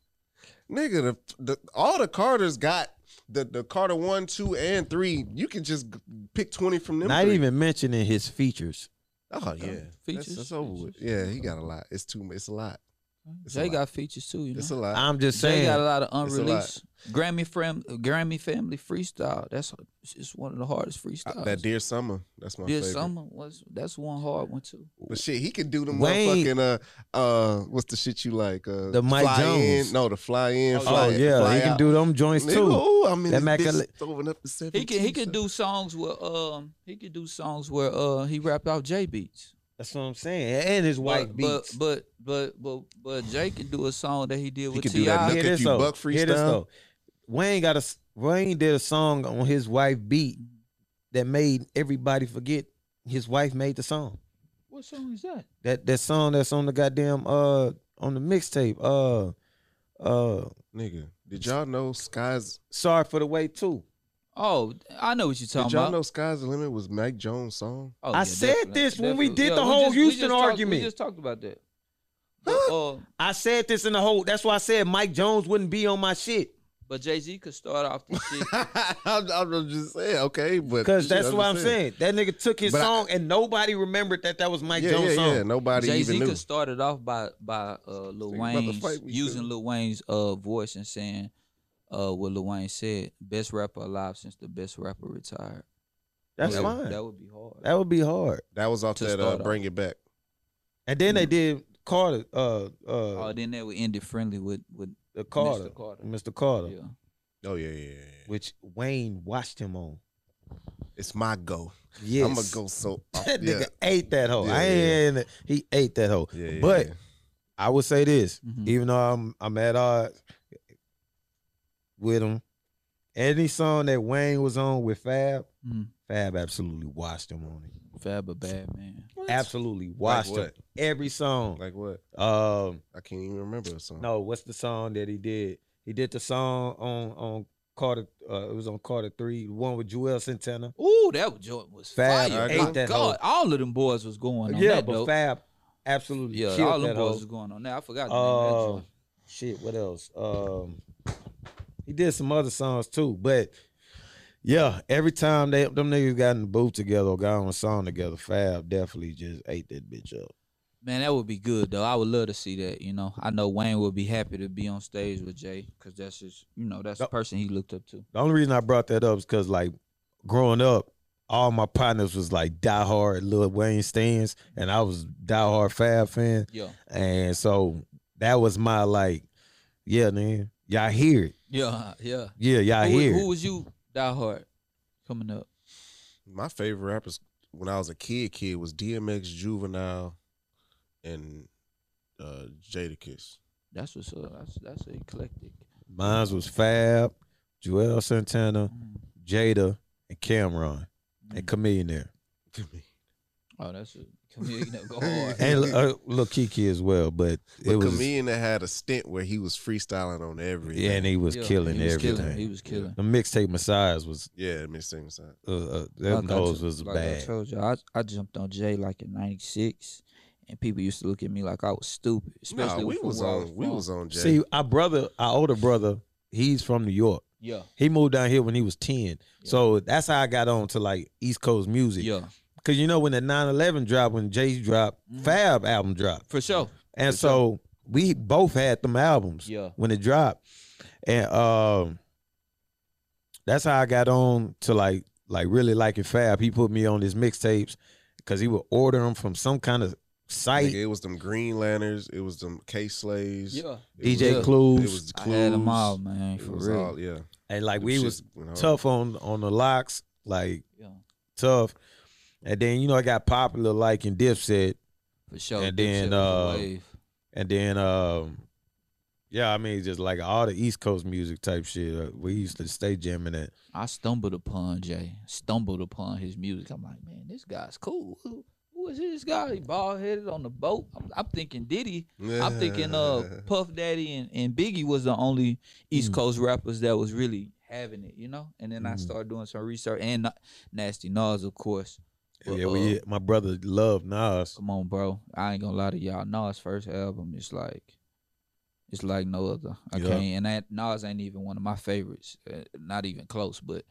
Speaker 3: Nigga, the, the all the Carters got the the Carter one, two, and three. You can just g- pick twenty from them.
Speaker 2: Not
Speaker 3: three.
Speaker 2: even mentioning his features.
Speaker 3: Oh yeah,
Speaker 1: Features,
Speaker 3: That's, that's over with.
Speaker 1: features.
Speaker 3: Yeah, he got a lot. It's too. It's a lot. It's a
Speaker 1: Jay
Speaker 3: lot.
Speaker 1: got features too. You know?
Speaker 3: It's a lot.
Speaker 2: I'm just
Speaker 1: Uh, Jay got a
Speaker 2: saying.
Speaker 1: lot of
Speaker 3: It's a lot.
Speaker 1: unreleased Grammy fam, Grammy family freestyle. That's it's just one of the hardest freestyles.
Speaker 3: Uh, that dear summer. That's my
Speaker 1: Dear
Speaker 3: favorite.
Speaker 1: summer was that's one hard one too.
Speaker 3: But shit, he can do the
Speaker 2: Wayne-
Speaker 3: motherfucking uh uh. What's the shit you like? Uh,
Speaker 2: The Mike
Speaker 3: fly
Speaker 2: Jones.
Speaker 3: In, no, the fly in.
Speaker 1: Oh,
Speaker 3: fly,
Speaker 2: Oh yeah,
Speaker 3: fly
Speaker 2: he can
Speaker 3: out.
Speaker 2: do them joints
Speaker 3: Nigga,
Speaker 2: too.
Speaker 3: ooh, I'm in
Speaker 2: That
Speaker 3: this bitch
Speaker 2: Macaulay-
Speaker 3: throwing up the
Speaker 1: He can he
Speaker 3: 17
Speaker 1: could do songs where um he could do songs where uh he rapped out J beats.
Speaker 2: That's what I'm saying. And his white
Speaker 1: but,
Speaker 2: beats.
Speaker 1: But but but but but Jay can do a song that he did
Speaker 3: He
Speaker 1: with
Speaker 3: could do
Speaker 1: T.I.
Speaker 3: that. Look
Speaker 2: Hear
Speaker 3: at
Speaker 2: this
Speaker 3: you,
Speaker 2: though.
Speaker 3: Buck
Speaker 2: Hear this
Speaker 3: freestyle.
Speaker 2: though. Wayne got a s- Wayne did a song on his wife beat that made everybody forget his wife made the song.
Speaker 1: What song is that?
Speaker 2: That that song that's on the goddamn uh on the mixtape. Uh uh
Speaker 3: Nigga, did y'all know Sky's
Speaker 2: Sorry for the Way too.
Speaker 1: Oh, I know what you're talking
Speaker 3: Did y'all
Speaker 1: about.
Speaker 3: know Sky's the Limit was Mike Jones' song?
Speaker 1: Oh,
Speaker 2: I said this when we did the
Speaker 1: we
Speaker 2: whole
Speaker 1: just- we
Speaker 2: Houston
Speaker 1: just talked-
Speaker 2: argument.
Speaker 1: we just talked about that.
Speaker 3: Huh?
Speaker 1: But, uh,
Speaker 2: I said this in the whole that's why I said Mike Jones wouldn't be on my shit.
Speaker 1: But Jay Z could start off the shit.
Speaker 3: I'm, I'm just saying, okay, but
Speaker 2: Because
Speaker 3: shit,
Speaker 2: that's what
Speaker 3: just
Speaker 2: I'm saying. That nigga took his
Speaker 3: But I-
Speaker 2: song and nobody remembered that that was Mike
Speaker 3: Yeah,
Speaker 2: Jones'
Speaker 3: yeah,
Speaker 2: song.
Speaker 3: yeah. Nobody
Speaker 1: Jay
Speaker 3: even
Speaker 1: Z
Speaker 3: knew.
Speaker 1: could start it off by by uh, Lil
Speaker 3: Think about the
Speaker 1: Wayne's
Speaker 3: fight we
Speaker 1: using
Speaker 3: could.
Speaker 1: Lil Wayne's uh voice and saying uh what Lil Wayne said, best rapper alive since the best rapper retired.
Speaker 2: That's
Speaker 1: that, would-
Speaker 2: fine.
Speaker 1: That would be hard.
Speaker 2: That would be hard.
Speaker 3: That was off
Speaker 1: to
Speaker 3: that uh,
Speaker 1: start off.
Speaker 3: Bring It Back.
Speaker 2: And then they did Carter, uh, uh,
Speaker 1: oh, then that would end it friendly with with
Speaker 2: the Carter,
Speaker 1: Mr. Carter.
Speaker 2: Mr. Carter,
Speaker 1: Yeah.
Speaker 3: Oh yeah, yeah. yeah.
Speaker 2: which Wayne watched him on.
Speaker 3: It's my go.
Speaker 2: Yes,
Speaker 3: I'm gonna go so. off.
Speaker 2: That
Speaker 3: yeah.
Speaker 2: nigga ate that hoe.
Speaker 3: Yeah,
Speaker 2: I
Speaker 3: yeah,
Speaker 2: ain't. He ate that hoe.
Speaker 3: Yeah, yeah,
Speaker 2: but
Speaker 3: yeah.
Speaker 2: I would say this,
Speaker 1: Mhm.
Speaker 2: even though I'm I'm at odds with him. Any song that Wayne was on with Fab,
Speaker 1: Mhm.
Speaker 2: Fab absolutely watched him on it.
Speaker 1: Fab a bad man.
Speaker 2: Absolutely watched him.
Speaker 3: what?
Speaker 2: Every song.
Speaker 3: Like what?
Speaker 2: um,
Speaker 3: I can't even remember a song.
Speaker 2: no, what's the song that he did? He did the song on on Carter. Uh, it was on Carter three, the one with Joel Santana.
Speaker 1: Ooh, that joint was
Speaker 2: Fab
Speaker 1: fire.
Speaker 3: ate
Speaker 1: My
Speaker 2: that
Speaker 1: God, all of them boys was going on.
Speaker 2: yeah,
Speaker 1: that
Speaker 2: but
Speaker 1: dope.
Speaker 2: Fab absolutely
Speaker 1: yeah,
Speaker 2: killed
Speaker 1: all them
Speaker 2: that
Speaker 1: boys
Speaker 2: hoe.
Speaker 1: was going on. Now I forgot the name of that
Speaker 2: Oh
Speaker 1: joint.
Speaker 2: shit, what else? Um he did some other songs too, but yeah, every time they them niggas got in the booth together or got on a song together, Fab definitely just ate that bitch up.
Speaker 1: Man, that would be good though. I would love to see that. You know, I know Wayne would be happy to be on stage with Jay because that's his, you know, that's the
Speaker 2: Yup.
Speaker 1: person he looked up to.
Speaker 2: The only reason I brought that up is because like growing up, all my partners was like diehard Lil Wayne stands, and I was diehard Fab fan,
Speaker 1: Yeah,
Speaker 2: and so that was my like, yeah, man, y'all hear it,
Speaker 1: yeah, yeah.
Speaker 2: yeah, y'all
Speaker 1: who,
Speaker 2: hear
Speaker 1: who
Speaker 2: it.
Speaker 1: was you die hard coming up?
Speaker 3: My favorite rappers when I was a kid, kid was DMX, Juvenile, and uh, Jadakiss.
Speaker 1: That's what's up. That's that's eclectic.
Speaker 2: Mine was Fab, Joel Santana.
Speaker 1: Mm.
Speaker 2: Jada, and Cameron, and Chameleon there,
Speaker 1: Oh, that's a chameleon that go hard.
Speaker 2: and uh, Lil Kiki as well. But it
Speaker 3: But
Speaker 2: was
Speaker 3: comedian that had a stint where he was freestyling on everything.
Speaker 2: yeah, and he was
Speaker 1: Yeah,
Speaker 2: killing
Speaker 1: he was
Speaker 2: everything.
Speaker 1: Killing, he was killing.
Speaker 2: the mixtape Messiahs was
Speaker 3: yeah, Miss Same Side.
Speaker 2: uh, uh,
Speaker 1: Like
Speaker 2: them
Speaker 1: I
Speaker 2: hoes
Speaker 1: ju-
Speaker 2: was
Speaker 1: like I
Speaker 2: bad.
Speaker 1: told you, I, I jumped on Jay like in '96, and people used to look at me like I was stupid. Especially
Speaker 3: Nah, we
Speaker 1: from
Speaker 3: was
Speaker 1: where I
Speaker 3: on we
Speaker 1: from.
Speaker 3: was on Jay.
Speaker 2: See, our brother, our older brother, he's from New York.
Speaker 1: yeah,
Speaker 2: He moved down here when he was ten,
Speaker 1: Yeah.
Speaker 2: so that's how I got on to like East Coast music.
Speaker 1: yeah,
Speaker 2: Cause you know when the 9/11 dropped, when Jay dropped,
Speaker 1: Mhm.
Speaker 2: Fab album dropped,
Speaker 1: for sure.
Speaker 2: and
Speaker 1: For
Speaker 2: so we both had them albums.
Speaker 1: Yeah,
Speaker 2: when it dropped. And um that's how I got on to like like really liking Fab. He put me on his mixtapes because he would order them from some kind of
Speaker 3: Nigga,
Speaker 2: site.
Speaker 3: it was them Green Lanterns. It was them K Slays.
Speaker 1: yeah.
Speaker 3: It
Speaker 2: DJ
Speaker 3: was,
Speaker 2: Clues.
Speaker 3: It was the
Speaker 1: I
Speaker 3: Clues.
Speaker 1: had them all, man,
Speaker 3: It
Speaker 1: for
Speaker 3: was
Speaker 1: real.
Speaker 3: all- yeah.
Speaker 2: And like
Speaker 3: Them
Speaker 2: we
Speaker 3: shits
Speaker 2: was
Speaker 3: went hard.
Speaker 2: tough on on the locks, like
Speaker 1: yeah,
Speaker 2: tough. And then you know I got popular like in Dipset.
Speaker 1: for sure.
Speaker 2: And
Speaker 1: Dipset was
Speaker 2: then,
Speaker 1: a
Speaker 2: uh,
Speaker 1: wave.
Speaker 2: And then um yeah, I mean just like all the East Coast music type shit. uh, We used to stay jamming at.
Speaker 1: I stumbled upon Jay, stumbled upon his music. I'm like, man, this guy's cool. Who, who is this guy? He bald headed on the boat. I'm, I'm thinking Diddy. I'm thinking uh Puff Daddy and, and Biggie was the only East
Speaker 2: Mm.
Speaker 1: Coast rappers that was really having it, you know. And then I
Speaker 2: Mm.
Speaker 1: started doing some research and Na- Nasty Nas, of course. But,
Speaker 2: yeah,
Speaker 1: uh,
Speaker 2: we, my brother loved Nas.
Speaker 1: Come on, bro. I ain't gonna lie to y'all. Nas' first album is like, it's like no other. I
Speaker 2: Yeah.
Speaker 1: can't. And that Nas ain't even one of my favorites. Uh, not even close. But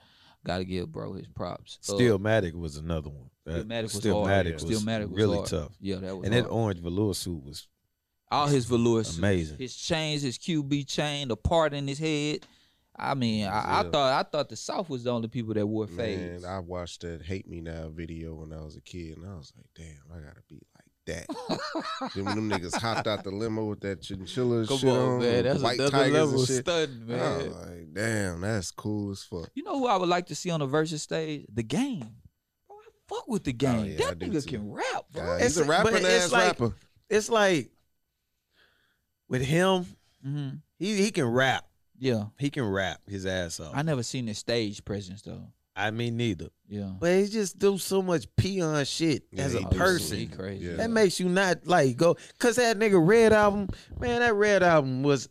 Speaker 1: gotta give bro his props. Uh,
Speaker 2: Stillmatic was another one. That-
Speaker 1: Stillmatic was
Speaker 2: Stillmatic
Speaker 1: hard.
Speaker 2: was
Speaker 1: Stillmatic was
Speaker 2: really
Speaker 1: hard.
Speaker 2: tough.
Speaker 1: yeah, that was
Speaker 2: And that
Speaker 1: hard.
Speaker 2: orange velour suit was
Speaker 1: all his velour suits,
Speaker 2: Amazing.
Speaker 1: His chains, his QB chain, the part in his head. I mean, I, I
Speaker 3: Yeah.
Speaker 1: thought I thought the South was the only people that wore fades.
Speaker 3: Man, I watched that "Hate Me Now" video when I was a kid, and I was like, "Damn, I gotta be like that." then when them niggas hopped out the limo with that chinchilla
Speaker 1: Come
Speaker 3: shit
Speaker 1: on,
Speaker 3: on,
Speaker 1: man, that's
Speaker 3: white
Speaker 1: another
Speaker 3: tigers
Speaker 1: level
Speaker 3: and
Speaker 1: of
Speaker 3: shit,
Speaker 1: stunting,
Speaker 3: I
Speaker 1: man.
Speaker 3: was like, "Damn, that's cool as fuck."
Speaker 1: You know who I would like to see on the versus stage? The game. Bro, I fuck with the game.
Speaker 3: Oh, yeah, I
Speaker 1: that
Speaker 3: do
Speaker 1: nigga
Speaker 3: too.
Speaker 1: can rap, bro.
Speaker 3: God,
Speaker 2: It's-
Speaker 3: he's a rapper,
Speaker 2: but
Speaker 3: ass
Speaker 2: it's like-
Speaker 3: rapper.
Speaker 2: it's like with him,
Speaker 1: hmm
Speaker 2: he he can rap.
Speaker 1: Yeah,
Speaker 2: He can rap his ass off.
Speaker 1: I never seen his stage presence though.
Speaker 2: I mean neither.
Speaker 1: Yeah,
Speaker 2: But he just do so much peon shit
Speaker 3: Yeah,
Speaker 2: as
Speaker 3: he
Speaker 2: a
Speaker 3: do.
Speaker 1: He
Speaker 2: person.
Speaker 1: crazy.
Speaker 3: Yeah.
Speaker 2: That makes you not like go cause that nigga red album, man, that red album was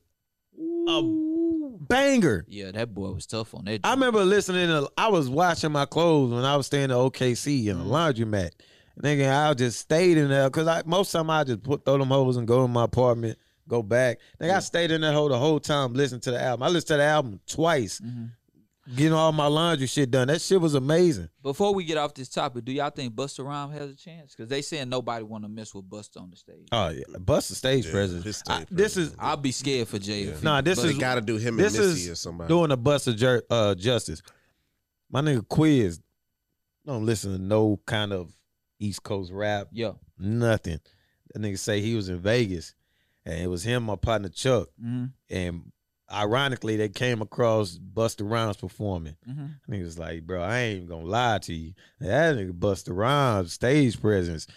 Speaker 1: Ooh.
Speaker 2: banger.
Speaker 1: yeah, that boy was tough on that.
Speaker 2: I remember listening to I was washing my clothes when I was staying at OKC in the
Speaker 1: Mhm.
Speaker 2: laundromat. Nigga, I just stayed in there because I most time I just put throw them hoes and go in my apartment go back. Nigga, I stayed in that hole the whole time listening to the album. I listened to the album twice,
Speaker 1: Mhm.
Speaker 2: getting all my laundry shit done. That shit was amazing.
Speaker 1: Before we get off this topic, do y'all think Buster Rhymes has a chance? Because they saying nobody want to mess with Buster on the stage.
Speaker 2: Oh yeah, bust the stage
Speaker 3: Yeah,
Speaker 2: presence.
Speaker 3: his stage
Speaker 2: I- this is
Speaker 3: presence.
Speaker 1: I'd be scared for Jay. if he-
Speaker 2: nah. This
Speaker 1: but
Speaker 3: They
Speaker 2: is
Speaker 3: gotta do him and
Speaker 2: this
Speaker 3: Missy
Speaker 2: is
Speaker 3: or somebody.
Speaker 2: doing a bust of jer- uh, justice. My nigga Quiz don't listen to no kind of East Coast rap,
Speaker 1: Yeah.
Speaker 2: nothing. That nigga say he was in Vegas, and it was him, my partner Chuck,
Speaker 1: hmm
Speaker 2: and ironically they came across Buster Rhymes performing.
Speaker 1: hmm
Speaker 2: Nigga was like, bro, I ain't even gonna lie to you. That nigga Buster Rhymes stage presence.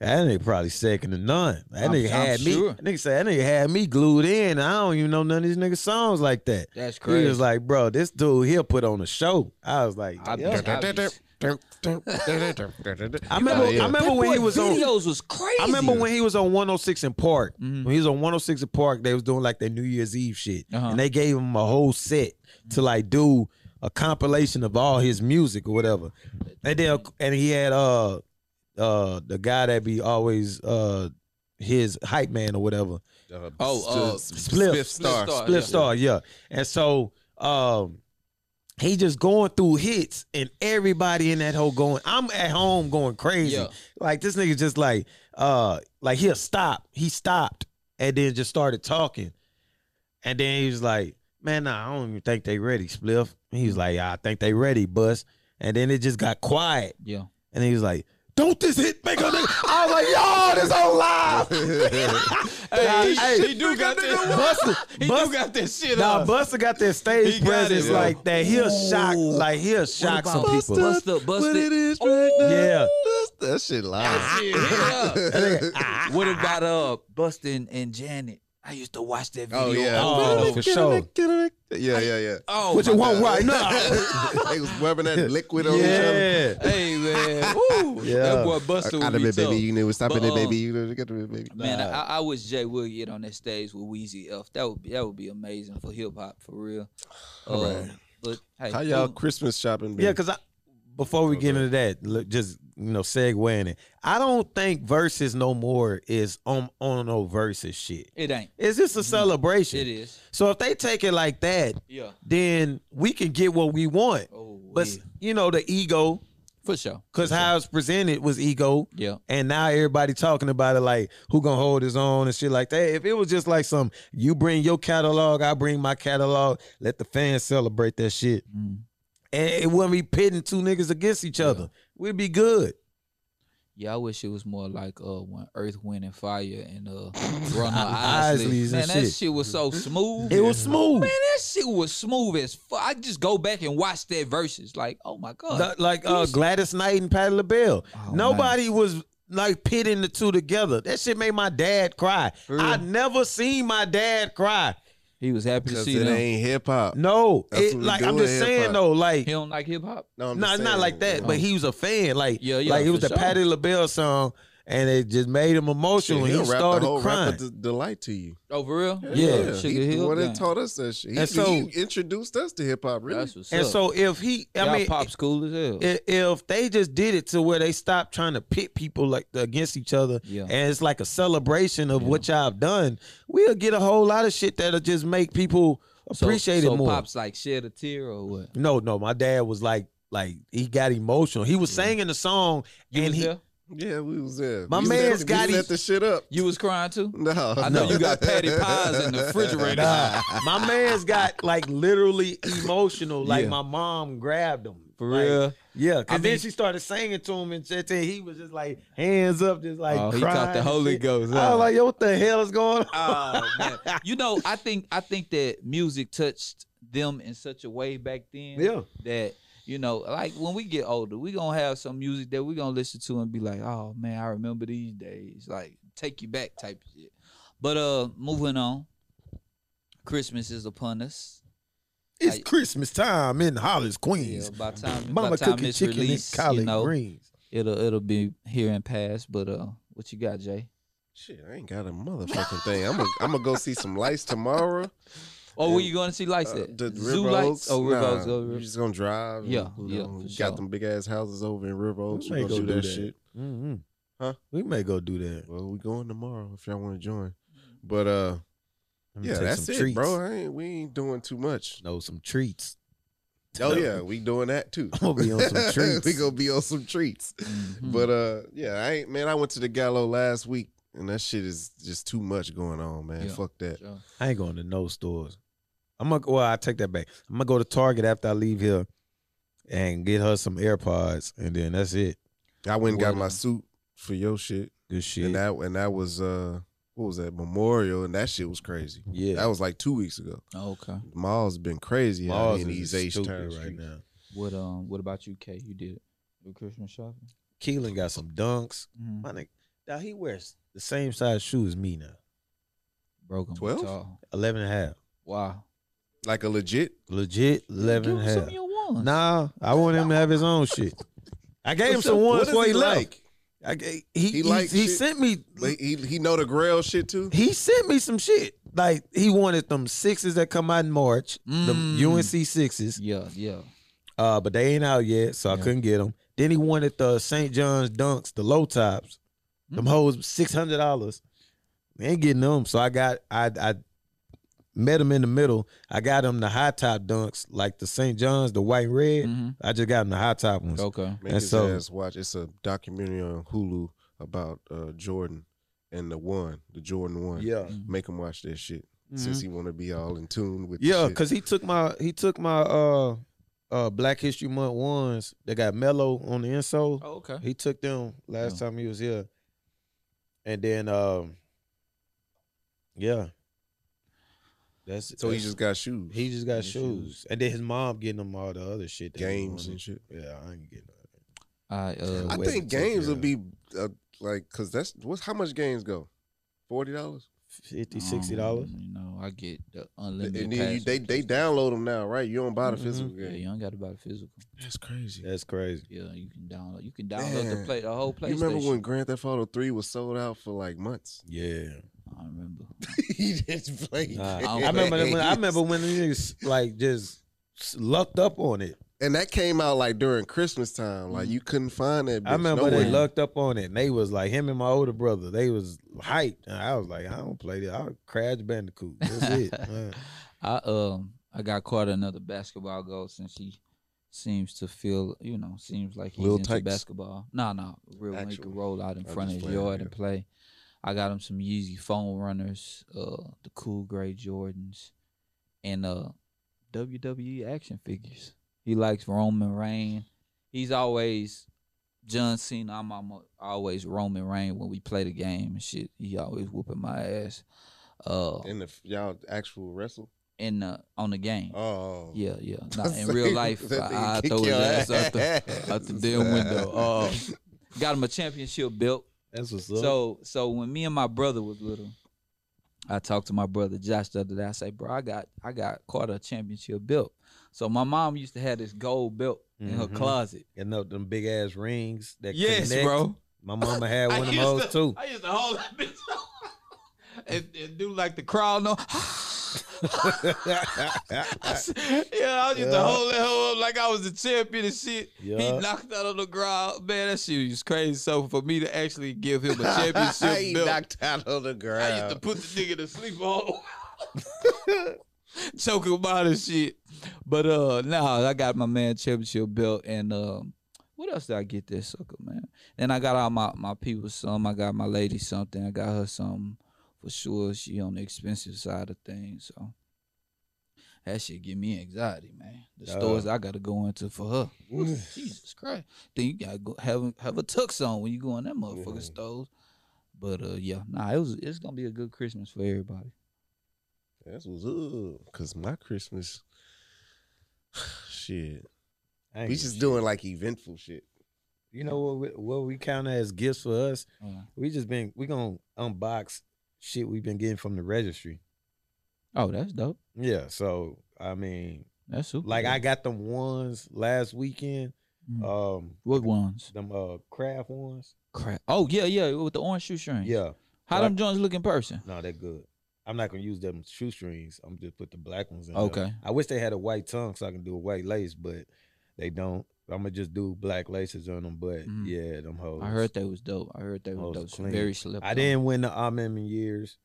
Speaker 2: That nigga probably second to none. That
Speaker 1: I'm-
Speaker 2: nigga
Speaker 1: I'm
Speaker 2: had me.
Speaker 1: sure.
Speaker 2: That nigga said that nigga had me glued in. I don't even know none of these niggas songs like that.
Speaker 1: That's
Speaker 2: He
Speaker 1: crazy.
Speaker 2: was like, bro, this dude here put on a show. I was like,
Speaker 1: I'd be-
Speaker 2: yeah.
Speaker 1: I'd be-
Speaker 2: I remember,
Speaker 3: Oh, yeah.
Speaker 2: I remember when he
Speaker 1: Boy,
Speaker 2: was on.
Speaker 1: videos was crazy.
Speaker 2: I remember when he was on 106 in Park.
Speaker 1: Mhm.
Speaker 2: When he was on 106 in Park, they was doing like their New Year's Eve shit,
Speaker 1: Uh-huh.
Speaker 2: and they gave him a whole set to like do a compilation of all his music or whatever. And then, and he had uh, uh, the guy that be always uh, his hype man or whatever.
Speaker 3: Uh,
Speaker 1: Oh, uh,
Speaker 3: Sp-
Speaker 2: Spliff.
Speaker 3: Spliff
Speaker 1: Spliff Star.
Speaker 3: Star.
Speaker 2: Split
Speaker 1: Oh, yeah.
Speaker 2: Star, yeah. And so um he just going through hits and everybody in that whole going. I'm at home going crazy.
Speaker 1: Yeah.
Speaker 2: Like this nigga just like uh like he'll stop. He stopped and then just started talking. And then he was like, Man, nah, I don't even think they ready, Spliff. He was like, I think they ready, bus. And then it just got quiet.
Speaker 1: Yeah.
Speaker 2: And he was like, Don't this hit make a nigga. I was like, Yo, this whole live.
Speaker 1: Hey,
Speaker 2: Hey,
Speaker 1: he do got this.
Speaker 2: Buster,
Speaker 1: He
Speaker 2: Buster-
Speaker 1: do got this shit
Speaker 2: Nah,
Speaker 1: up.
Speaker 2: Buster got that
Speaker 1: He
Speaker 2: stage
Speaker 1: got it,
Speaker 2: presence
Speaker 1: bro.
Speaker 2: like that. He'll shock, like he'll shock some people.
Speaker 1: Buster,
Speaker 3: What
Speaker 1: Buster.
Speaker 3: it is right now.
Speaker 2: Yeah.
Speaker 3: That's- That shit live.
Speaker 1: Yeah.
Speaker 3: Yeah.
Speaker 1: What about uh Buster and, and Janet? I used to watch that video.
Speaker 3: Oh, yeah.
Speaker 1: over and
Speaker 2: Oh,
Speaker 1: over.
Speaker 2: for sure.
Speaker 3: yeah, yeah, yeah.
Speaker 1: Oh,
Speaker 2: What you
Speaker 1: my
Speaker 2: want
Speaker 1: God.
Speaker 2: right now?
Speaker 3: they was rubbing that liquid on each
Speaker 2: Yeah,
Speaker 1: Hey man, Woo.
Speaker 2: Yeah.
Speaker 1: that boy
Speaker 3: other.
Speaker 1: Buster
Speaker 3: Out
Speaker 1: would
Speaker 3: of
Speaker 1: be
Speaker 3: it,
Speaker 1: tough.
Speaker 3: baby. You know, stopping
Speaker 1: But,
Speaker 3: it,
Speaker 1: uh,
Speaker 3: baby. You know, get to it, baby.
Speaker 1: Man,
Speaker 2: Nah.
Speaker 1: I, I wish Jay would get on that stage with Wheezy F. That would be that would be amazing for hip hop for real. Uh,
Speaker 3: Alright.
Speaker 1: But hey,
Speaker 3: How y'all
Speaker 1: who-
Speaker 3: Christmas shopping? been?
Speaker 2: yeah. Because I, before we get
Speaker 3: Okay.
Speaker 2: into that, look, just you know, segueing it. I don't think verses no more is on on no versus shit.
Speaker 1: it ain't.
Speaker 2: It's just a celebration.
Speaker 1: Mm-hmm. It is.
Speaker 2: So if they take it like that,
Speaker 1: Yeah.
Speaker 2: then we can get what we want.
Speaker 1: Oh,
Speaker 2: But
Speaker 1: yeah.
Speaker 2: you know, the ego,
Speaker 1: for sure.
Speaker 2: because
Speaker 1: For sure.
Speaker 2: how it's presented was ego.
Speaker 1: Yeah.
Speaker 2: and now everybody talking about it like who gonna hold his own and shit like that. If it was just like some you bring your catalog, I bring my catalog, let the fans celebrate that shit.
Speaker 1: Mm.
Speaker 2: And it wouldn't be pitting two niggas against each other. We'd be good.
Speaker 1: Yeah, I wish it was more like uh when Earth, Wind, and Fire and uh Ron Isley.
Speaker 2: Isleys
Speaker 1: Man,
Speaker 2: and
Speaker 1: that
Speaker 2: shit.
Speaker 1: shit was so smooth.
Speaker 2: It was smooth.
Speaker 1: Man, that shit was smooth as fuck. I just go back and watch that verses. Like, oh my god.
Speaker 2: Th- like uh, Gladys Knight and Patti LaBelle.
Speaker 1: Oh,
Speaker 2: Nobody was like pitting the two together. That shit made my dad cry.
Speaker 1: For real?
Speaker 2: I never seen my dad cry.
Speaker 1: he was happy to
Speaker 3: Because
Speaker 1: see
Speaker 3: it
Speaker 1: them.
Speaker 3: ain't hip hop.
Speaker 2: No,
Speaker 3: That's
Speaker 2: it,
Speaker 3: what we
Speaker 2: like
Speaker 3: do
Speaker 2: I'm
Speaker 3: in
Speaker 2: just saying
Speaker 3: hip-hop.
Speaker 2: though, like
Speaker 1: He don't like hip hop.
Speaker 3: No, I'm
Speaker 2: No,
Speaker 3: just
Speaker 2: it's not
Speaker 3: saying,
Speaker 2: like that.
Speaker 3: you know.
Speaker 2: But he was a fan. Like,
Speaker 1: Yeah, yeah,
Speaker 2: like it
Speaker 1: for
Speaker 2: was the
Speaker 1: sure.
Speaker 2: Patty LaBelle song, and it just made him
Speaker 3: Shit,
Speaker 2: emotional. and he
Speaker 3: he'll rap
Speaker 2: started
Speaker 3: the whole
Speaker 2: crying.
Speaker 3: rapper to delight to you.
Speaker 1: Oh, for real?
Speaker 2: Yeah.
Speaker 1: Sugar
Speaker 3: he the
Speaker 1: Hill.
Speaker 3: one that
Speaker 1: gang.
Speaker 3: taught us that shit. He,
Speaker 2: And so-
Speaker 3: he introduced us to hip hop. Really,
Speaker 1: That's what's
Speaker 2: and
Speaker 1: up.
Speaker 2: so if he, I
Speaker 1: Y'all
Speaker 2: mean,
Speaker 1: pop's cool as hell.
Speaker 2: i- if they just did it to where they stopped trying to pit people like against each other,
Speaker 1: Yeah.
Speaker 2: and it's like a celebration of what y'all have done, we'll get a whole lot of shit that'll just make people
Speaker 1: So-
Speaker 2: appreciate
Speaker 1: so
Speaker 2: it more.
Speaker 1: Pop's like shed a tear or what?
Speaker 2: No, no, my dad was like, like he got emotional. He was singing the song,
Speaker 1: You
Speaker 2: and
Speaker 1: was
Speaker 2: he,
Speaker 1: there?
Speaker 3: yeah, we was there.
Speaker 2: My
Speaker 3: we
Speaker 2: man's
Speaker 3: set,
Speaker 2: got
Speaker 3: we
Speaker 2: his-
Speaker 3: set the shit up.
Speaker 1: You was crying too?
Speaker 3: No,
Speaker 1: I know
Speaker 3: no.
Speaker 1: you got patty pies in the refrigerator.
Speaker 2: Nah, my man's got like literally emotional. Like
Speaker 1: Yeah.
Speaker 2: my mom grabbed him
Speaker 1: For
Speaker 2: Like,
Speaker 1: real?
Speaker 2: Yeah, cause
Speaker 1: I
Speaker 2: then
Speaker 1: mean-
Speaker 2: she started singing to him and shit. And he was just like hands up, just like
Speaker 1: oh, he
Speaker 2: crying
Speaker 1: caught the
Speaker 2: and
Speaker 1: Holy
Speaker 2: shit.
Speaker 1: Ghost.
Speaker 2: I
Speaker 1: huh?
Speaker 2: was like, yo, what the hell is going on?
Speaker 1: oh man. You know, I think I think that music touched them in such a way back then.
Speaker 2: Yeah.
Speaker 1: That you know, like when we get older, we gonna have some music that we gonna listen to and be like, oh man, I remember these days. Like take you back type of shit. But uh, moving on. Christmas is upon us.
Speaker 2: It's
Speaker 1: I-
Speaker 2: Christmas time in Hollis,
Speaker 1: Yeah,
Speaker 2: Queens.
Speaker 1: by time, by
Speaker 2: Mama
Speaker 1: time
Speaker 2: cooking
Speaker 1: it's
Speaker 2: chicken
Speaker 1: released,
Speaker 2: and collard
Speaker 1: you know,
Speaker 2: greens.
Speaker 1: it'll it'll be here and past. But uh, what you got, Jay?
Speaker 3: Shit, I ain't got a motherfucking thing. I'm gonna I'm gonna go see some lights tomorrow.
Speaker 1: Oh,
Speaker 3: Yeah.
Speaker 1: were you going to see lights?
Speaker 3: Uh,
Speaker 1: at?
Speaker 3: the
Speaker 1: Zoo
Speaker 3: River
Speaker 1: lights?
Speaker 3: Oaks.
Speaker 1: Oh, River
Speaker 3: nah,
Speaker 1: Oaks. Oh,
Speaker 3: you
Speaker 1: River-
Speaker 3: just gonna drive. and,
Speaker 1: Yeah,
Speaker 3: you
Speaker 1: yeah,
Speaker 3: know,
Speaker 1: for
Speaker 3: got
Speaker 1: sure.
Speaker 3: them big ass houses over in River Oaks. We
Speaker 2: may
Speaker 3: gonna
Speaker 2: go
Speaker 3: do
Speaker 2: do
Speaker 3: that
Speaker 2: that.
Speaker 3: shit.
Speaker 2: Mhm.
Speaker 3: Huh?
Speaker 2: We may go do that.
Speaker 3: Well, we going tomorrow if y'all want to join. But uh,
Speaker 2: Let me
Speaker 3: Yeah,
Speaker 2: take
Speaker 3: that's
Speaker 2: some
Speaker 3: it,
Speaker 2: treats.
Speaker 3: bro. I ain't, we ain't doing too much.
Speaker 2: No, some treats.
Speaker 3: Oh yeah, we doing that too.
Speaker 2: I'm gonna be on some treats. Hmm.
Speaker 3: we gonna be on some treats.
Speaker 1: Mhm.
Speaker 3: But uh, yeah, I ain't man. I went to the Gallo last week, and that shit is just too much going on, man.
Speaker 1: Yeah.
Speaker 3: Fuck that.
Speaker 1: So,
Speaker 2: I ain't going to no stores. I'm gonna well, I take that back. I'm gonna go to Target after I leave here and get her some AirPods and then that's it.
Speaker 3: I went and got
Speaker 1: Word.
Speaker 3: my suit for your shit,
Speaker 2: Good shit.
Speaker 3: and that and that was uh, what was that Memorial, and that shit was crazy.
Speaker 2: yeah.
Speaker 3: That was like two weeks ago.
Speaker 1: okay.
Speaker 3: Mall's been crazy out
Speaker 2: Malls
Speaker 3: here in
Speaker 2: is
Speaker 3: these H
Speaker 2: stupid
Speaker 3: turns
Speaker 2: right now.
Speaker 1: What um? What about you, Kate? You did your Christmas shopping?
Speaker 2: Keelan got some dunks.
Speaker 1: Mm-hmm.
Speaker 2: My nigga, now he wears the same size shoe as me now.
Speaker 1: Broken.
Speaker 3: 12?
Speaker 1: Tall.
Speaker 2: 11 and a half.
Speaker 1: Wow.
Speaker 3: Like a legit.
Speaker 2: Legit 11
Speaker 1: Give
Speaker 2: and
Speaker 1: him
Speaker 2: a
Speaker 1: some
Speaker 2: half.
Speaker 1: of your ones.
Speaker 2: Nah, I want him to have his own shit. I gave him
Speaker 3: What's
Speaker 2: some
Speaker 3: up?
Speaker 2: ones
Speaker 3: What does
Speaker 2: before he, left.
Speaker 3: like?
Speaker 2: I gave, he, he,
Speaker 3: likes
Speaker 2: he
Speaker 3: shit.
Speaker 2: sent me
Speaker 3: Like, he he know the Grail shit too.
Speaker 2: he sent me some shit. Like he wanted them sixes that come out in March,
Speaker 1: Mm.
Speaker 2: the UNC sixes,
Speaker 1: Yeah. Yeah.
Speaker 2: uh, but they ain't out yet, so I
Speaker 1: Yeah.
Speaker 2: couldn't get them. Then he wanted the St. John's dunks, the low tops, them
Speaker 1: Mm.
Speaker 2: hoes six hundred dollars. Ain't getting them, so I got I I met him in the middle. I got him the high top dunks, like the St. John's, the white and red.
Speaker 1: Mhm.
Speaker 2: I just got him the high top ones.
Speaker 1: Okay.
Speaker 3: Make
Speaker 2: And
Speaker 3: his
Speaker 2: so-
Speaker 3: ass watch. It's a documentary on Hulu about uh, Jordan and the one, the Jordan one.
Speaker 2: Yeah,
Speaker 1: Mm-hmm.
Speaker 3: Make him watch that shit
Speaker 2: Mhm.
Speaker 3: since he want to be all in tune with. the
Speaker 2: yeah,
Speaker 3: shit.
Speaker 2: because he took my he took my uh uh Black History Month ones. They got mellow on the insole.
Speaker 1: Oh, okay.
Speaker 2: He took them last time he was here. And then um yeah. That's
Speaker 3: so he
Speaker 2: that's-
Speaker 3: just got shoes,
Speaker 2: he just got
Speaker 1: his shoes.
Speaker 2: shoes. And then his mom getting him all the other shit that he
Speaker 3: games
Speaker 2: wanted.
Speaker 3: and shit.
Speaker 2: Yeah, I ain't getting that.
Speaker 1: I uh.
Speaker 3: I
Speaker 2: Wait,
Speaker 3: think
Speaker 2: take
Speaker 3: games
Speaker 2: care
Speaker 3: will
Speaker 2: of
Speaker 3: be uh, like because that's what's how much games go, forty dollars.
Speaker 2: 50 dollars.
Speaker 1: um, You know, I get the
Speaker 3: And
Speaker 1: unlimited.
Speaker 3: then you,
Speaker 1: pass
Speaker 3: they
Speaker 1: with
Speaker 3: they
Speaker 1: this.
Speaker 3: download them now, right? You don't buy the
Speaker 2: Mhm.
Speaker 3: physical
Speaker 1: Yeah,
Speaker 3: game.
Speaker 1: you don't got to buy the physical.
Speaker 3: That's crazy.
Speaker 2: That's crazy.
Speaker 1: Yeah, you can download. You can download the
Speaker 3: Man,
Speaker 1: play the whole PlayStation.
Speaker 3: You remember when Grand Theft Auto Three was sold out for like months?
Speaker 2: Yeah.
Speaker 1: I remember.
Speaker 3: he just played.
Speaker 2: Nah,
Speaker 1: I
Speaker 2: I remember that when I
Speaker 3: games.
Speaker 2: remember when the niggas like just s- lucked up on it.
Speaker 3: and that came out like during Christmas time.
Speaker 1: Mm.
Speaker 3: Like you couldn't find that. Bitch
Speaker 2: I remember
Speaker 3: nowhere.
Speaker 2: they
Speaker 1: way.
Speaker 2: lucked up on it. And they was like him and my older brother. They was hyped. And I was like, I don't play this. I'll crash bandicoot. That's it. man.
Speaker 1: I um I got caught another basketball goal since he seems to feel you know seems like he's
Speaker 3: Lil
Speaker 1: into
Speaker 3: Tykes?
Speaker 1: basketball. No, no, real when he
Speaker 3: Actual.
Speaker 1: could roll out in
Speaker 3: I'm
Speaker 1: front of
Speaker 3: just
Speaker 1: his
Speaker 3: playing,
Speaker 1: yard
Speaker 3: yeah.
Speaker 1: and play. I got him some Yeezy phone runners, uh, the cool gray Jordans, and uh, WWE action figures. He likes Roman Reign. He's always John Cena. I'm, almo- always Roman Reign when we play the game and shit. He always whooping my ass. Uh,
Speaker 3: in the y'all actual wrestle.
Speaker 1: in the on the game.
Speaker 3: Oh,
Speaker 1: Yeah, yeah. Nah, in real life, I, I throw his ass out the, out the damn window. Uh, got him a championship belt.
Speaker 2: That's what's up.
Speaker 1: So, so when me and my brother was little, I talked to my brother Josh the other day. I say, bro, I got I got caught a championship belt. So my mom used to have this gold belt in her
Speaker 2: Mhm.
Speaker 1: closet.
Speaker 2: and up them big ass rings that
Speaker 1: Yes,
Speaker 2: connect.
Speaker 1: bro.
Speaker 2: My mama had
Speaker 1: I
Speaker 2: one of them
Speaker 1: used
Speaker 2: hoes
Speaker 1: to-
Speaker 2: too.
Speaker 1: I used to hold that bitch up and, and do like the crowd no. I said- yeah, I was just
Speaker 2: Yeah.
Speaker 1: to hold that hoe up like I was the champion and shit. He
Speaker 2: yeah.
Speaker 1: knocked out on the ground. Man, that shit was crazy. So for me to actually give him a championship
Speaker 3: he
Speaker 1: belt,
Speaker 3: knocked out on the ground.
Speaker 1: I used to put the nigga to sleep on. Choke him out and shit. But uh nah, I got my man championship belt and um what else did I get that sucker, man? Then I got all my, my people some. I got my lady something. I got her something for sure. She on the expensive side of things, so that shit give me anxiety, man. The
Speaker 2: Duh.
Speaker 1: stores I gotta go into for her. Jesus Christ. Then you gotta go have a- have a tux on when you go in that motherfucking
Speaker 3: Yeah.
Speaker 1: stores. But uh, yeah, nah, it was it's gonna be a good Christmas for everybody.
Speaker 3: That's what's up. Cause my Christmas, shit,
Speaker 2: I ain't
Speaker 3: we
Speaker 2: give a
Speaker 3: just
Speaker 2: shit.
Speaker 3: doing like eventful shit.
Speaker 2: You know what? We, what we count as gifts for us?
Speaker 1: Uh,
Speaker 2: We just been we gonna unbox shit we've been getting from the registry.
Speaker 1: oh, that's dope.
Speaker 2: Yeah. So I mean,
Speaker 1: That's super.
Speaker 2: like I
Speaker 1: dope.
Speaker 2: got them ones last weekend.
Speaker 1: Mm.
Speaker 2: Um,
Speaker 1: what ones?
Speaker 2: them uh craft ones.
Speaker 1: Crap. Oh yeah, yeah, with the orange shoestring.
Speaker 2: Yeah.
Speaker 1: How them joints look in person?
Speaker 2: No, they're good. I'm not gonna use them shoestrings. I'm just put the black ones in. there.
Speaker 1: Okay.
Speaker 2: I wish they had a white tongue so I can do a white lace, but they don't. I'm gonna just do black laces on them. But
Speaker 1: Mhm.
Speaker 2: yeah, them hoes.
Speaker 1: I heard they was dope. I heard they was
Speaker 2: Those
Speaker 1: dope.
Speaker 2: clean.
Speaker 1: Very slip.
Speaker 2: I didn't win the Amen in years.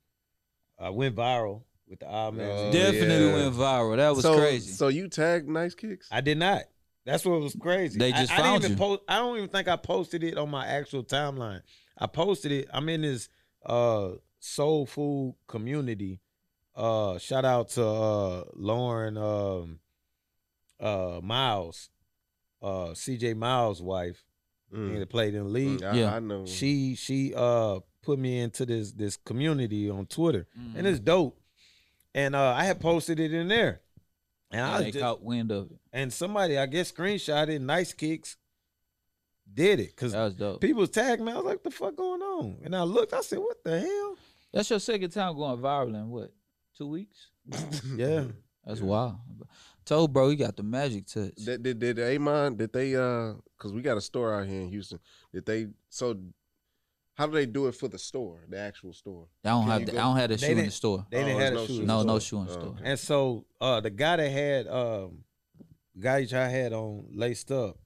Speaker 2: I went viral with the odd man.
Speaker 3: Oh,
Speaker 1: Definitely
Speaker 3: yeah.
Speaker 1: went viral. That was
Speaker 3: so,
Speaker 1: crazy.
Speaker 3: So you tagged Nice Kicks?
Speaker 2: I did not. That's what was crazy.
Speaker 1: They
Speaker 2: I-
Speaker 1: just
Speaker 2: I,
Speaker 1: found
Speaker 2: didn't even
Speaker 1: you.
Speaker 2: Post, I don't even think I posted it on my actual timeline. I posted it. I'm in this uh soul food community. Uh shout out to uh Lauren um uh Miles, uh CJ Miles' wife,
Speaker 1: Hmm.
Speaker 3: Mm.
Speaker 2: that played in the league.
Speaker 3: Mm, I,
Speaker 1: Yeah.
Speaker 3: I know.
Speaker 2: She she uh put me into this this community on Twitter.
Speaker 1: Mhm.
Speaker 2: And it's dope. And uh I had posted it in there. And
Speaker 1: Yeah,
Speaker 2: I was
Speaker 1: they
Speaker 2: just-
Speaker 1: caught wind of it.
Speaker 2: and somebody I guess screenshot it. Nice kicks did it because
Speaker 1: That was dope.
Speaker 2: people was tagging me. I was like, "The fuck going on?" And I looked. I said, "What the hell?"
Speaker 1: That's your second time going viral in what? Two weeks?
Speaker 2: Yeah,
Speaker 1: That's
Speaker 3: Yeah.
Speaker 1: wild. Told bro, you got the magic touch.
Speaker 3: Did, did, did Amon, did they, uh, because we got a store out here in Houston. Did they, so how do they do it for the store, the actual store?
Speaker 1: I
Speaker 3: Oh,
Speaker 1: don't
Speaker 3: Can
Speaker 1: have
Speaker 3: you
Speaker 1: the,
Speaker 3: go-
Speaker 1: I don't have the
Speaker 2: They
Speaker 1: shoe in the
Speaker 2: didn't-
Speaker 1: store.
Speaker 2: they didn't
Speaker 3: there's
Speaker 2: have a shoe.
Speaker 3: in
Speaker 1: No,
Speaker 3: the
Speaker 1: no
Speaker 3: store.
Speaker 1: shoe in the
Speaker 3: Oh,
Speaker 1: store.
Speaker 3: okay.
Speaker 2: And so uh, the guy that had um, the guy that y'all had on laced up,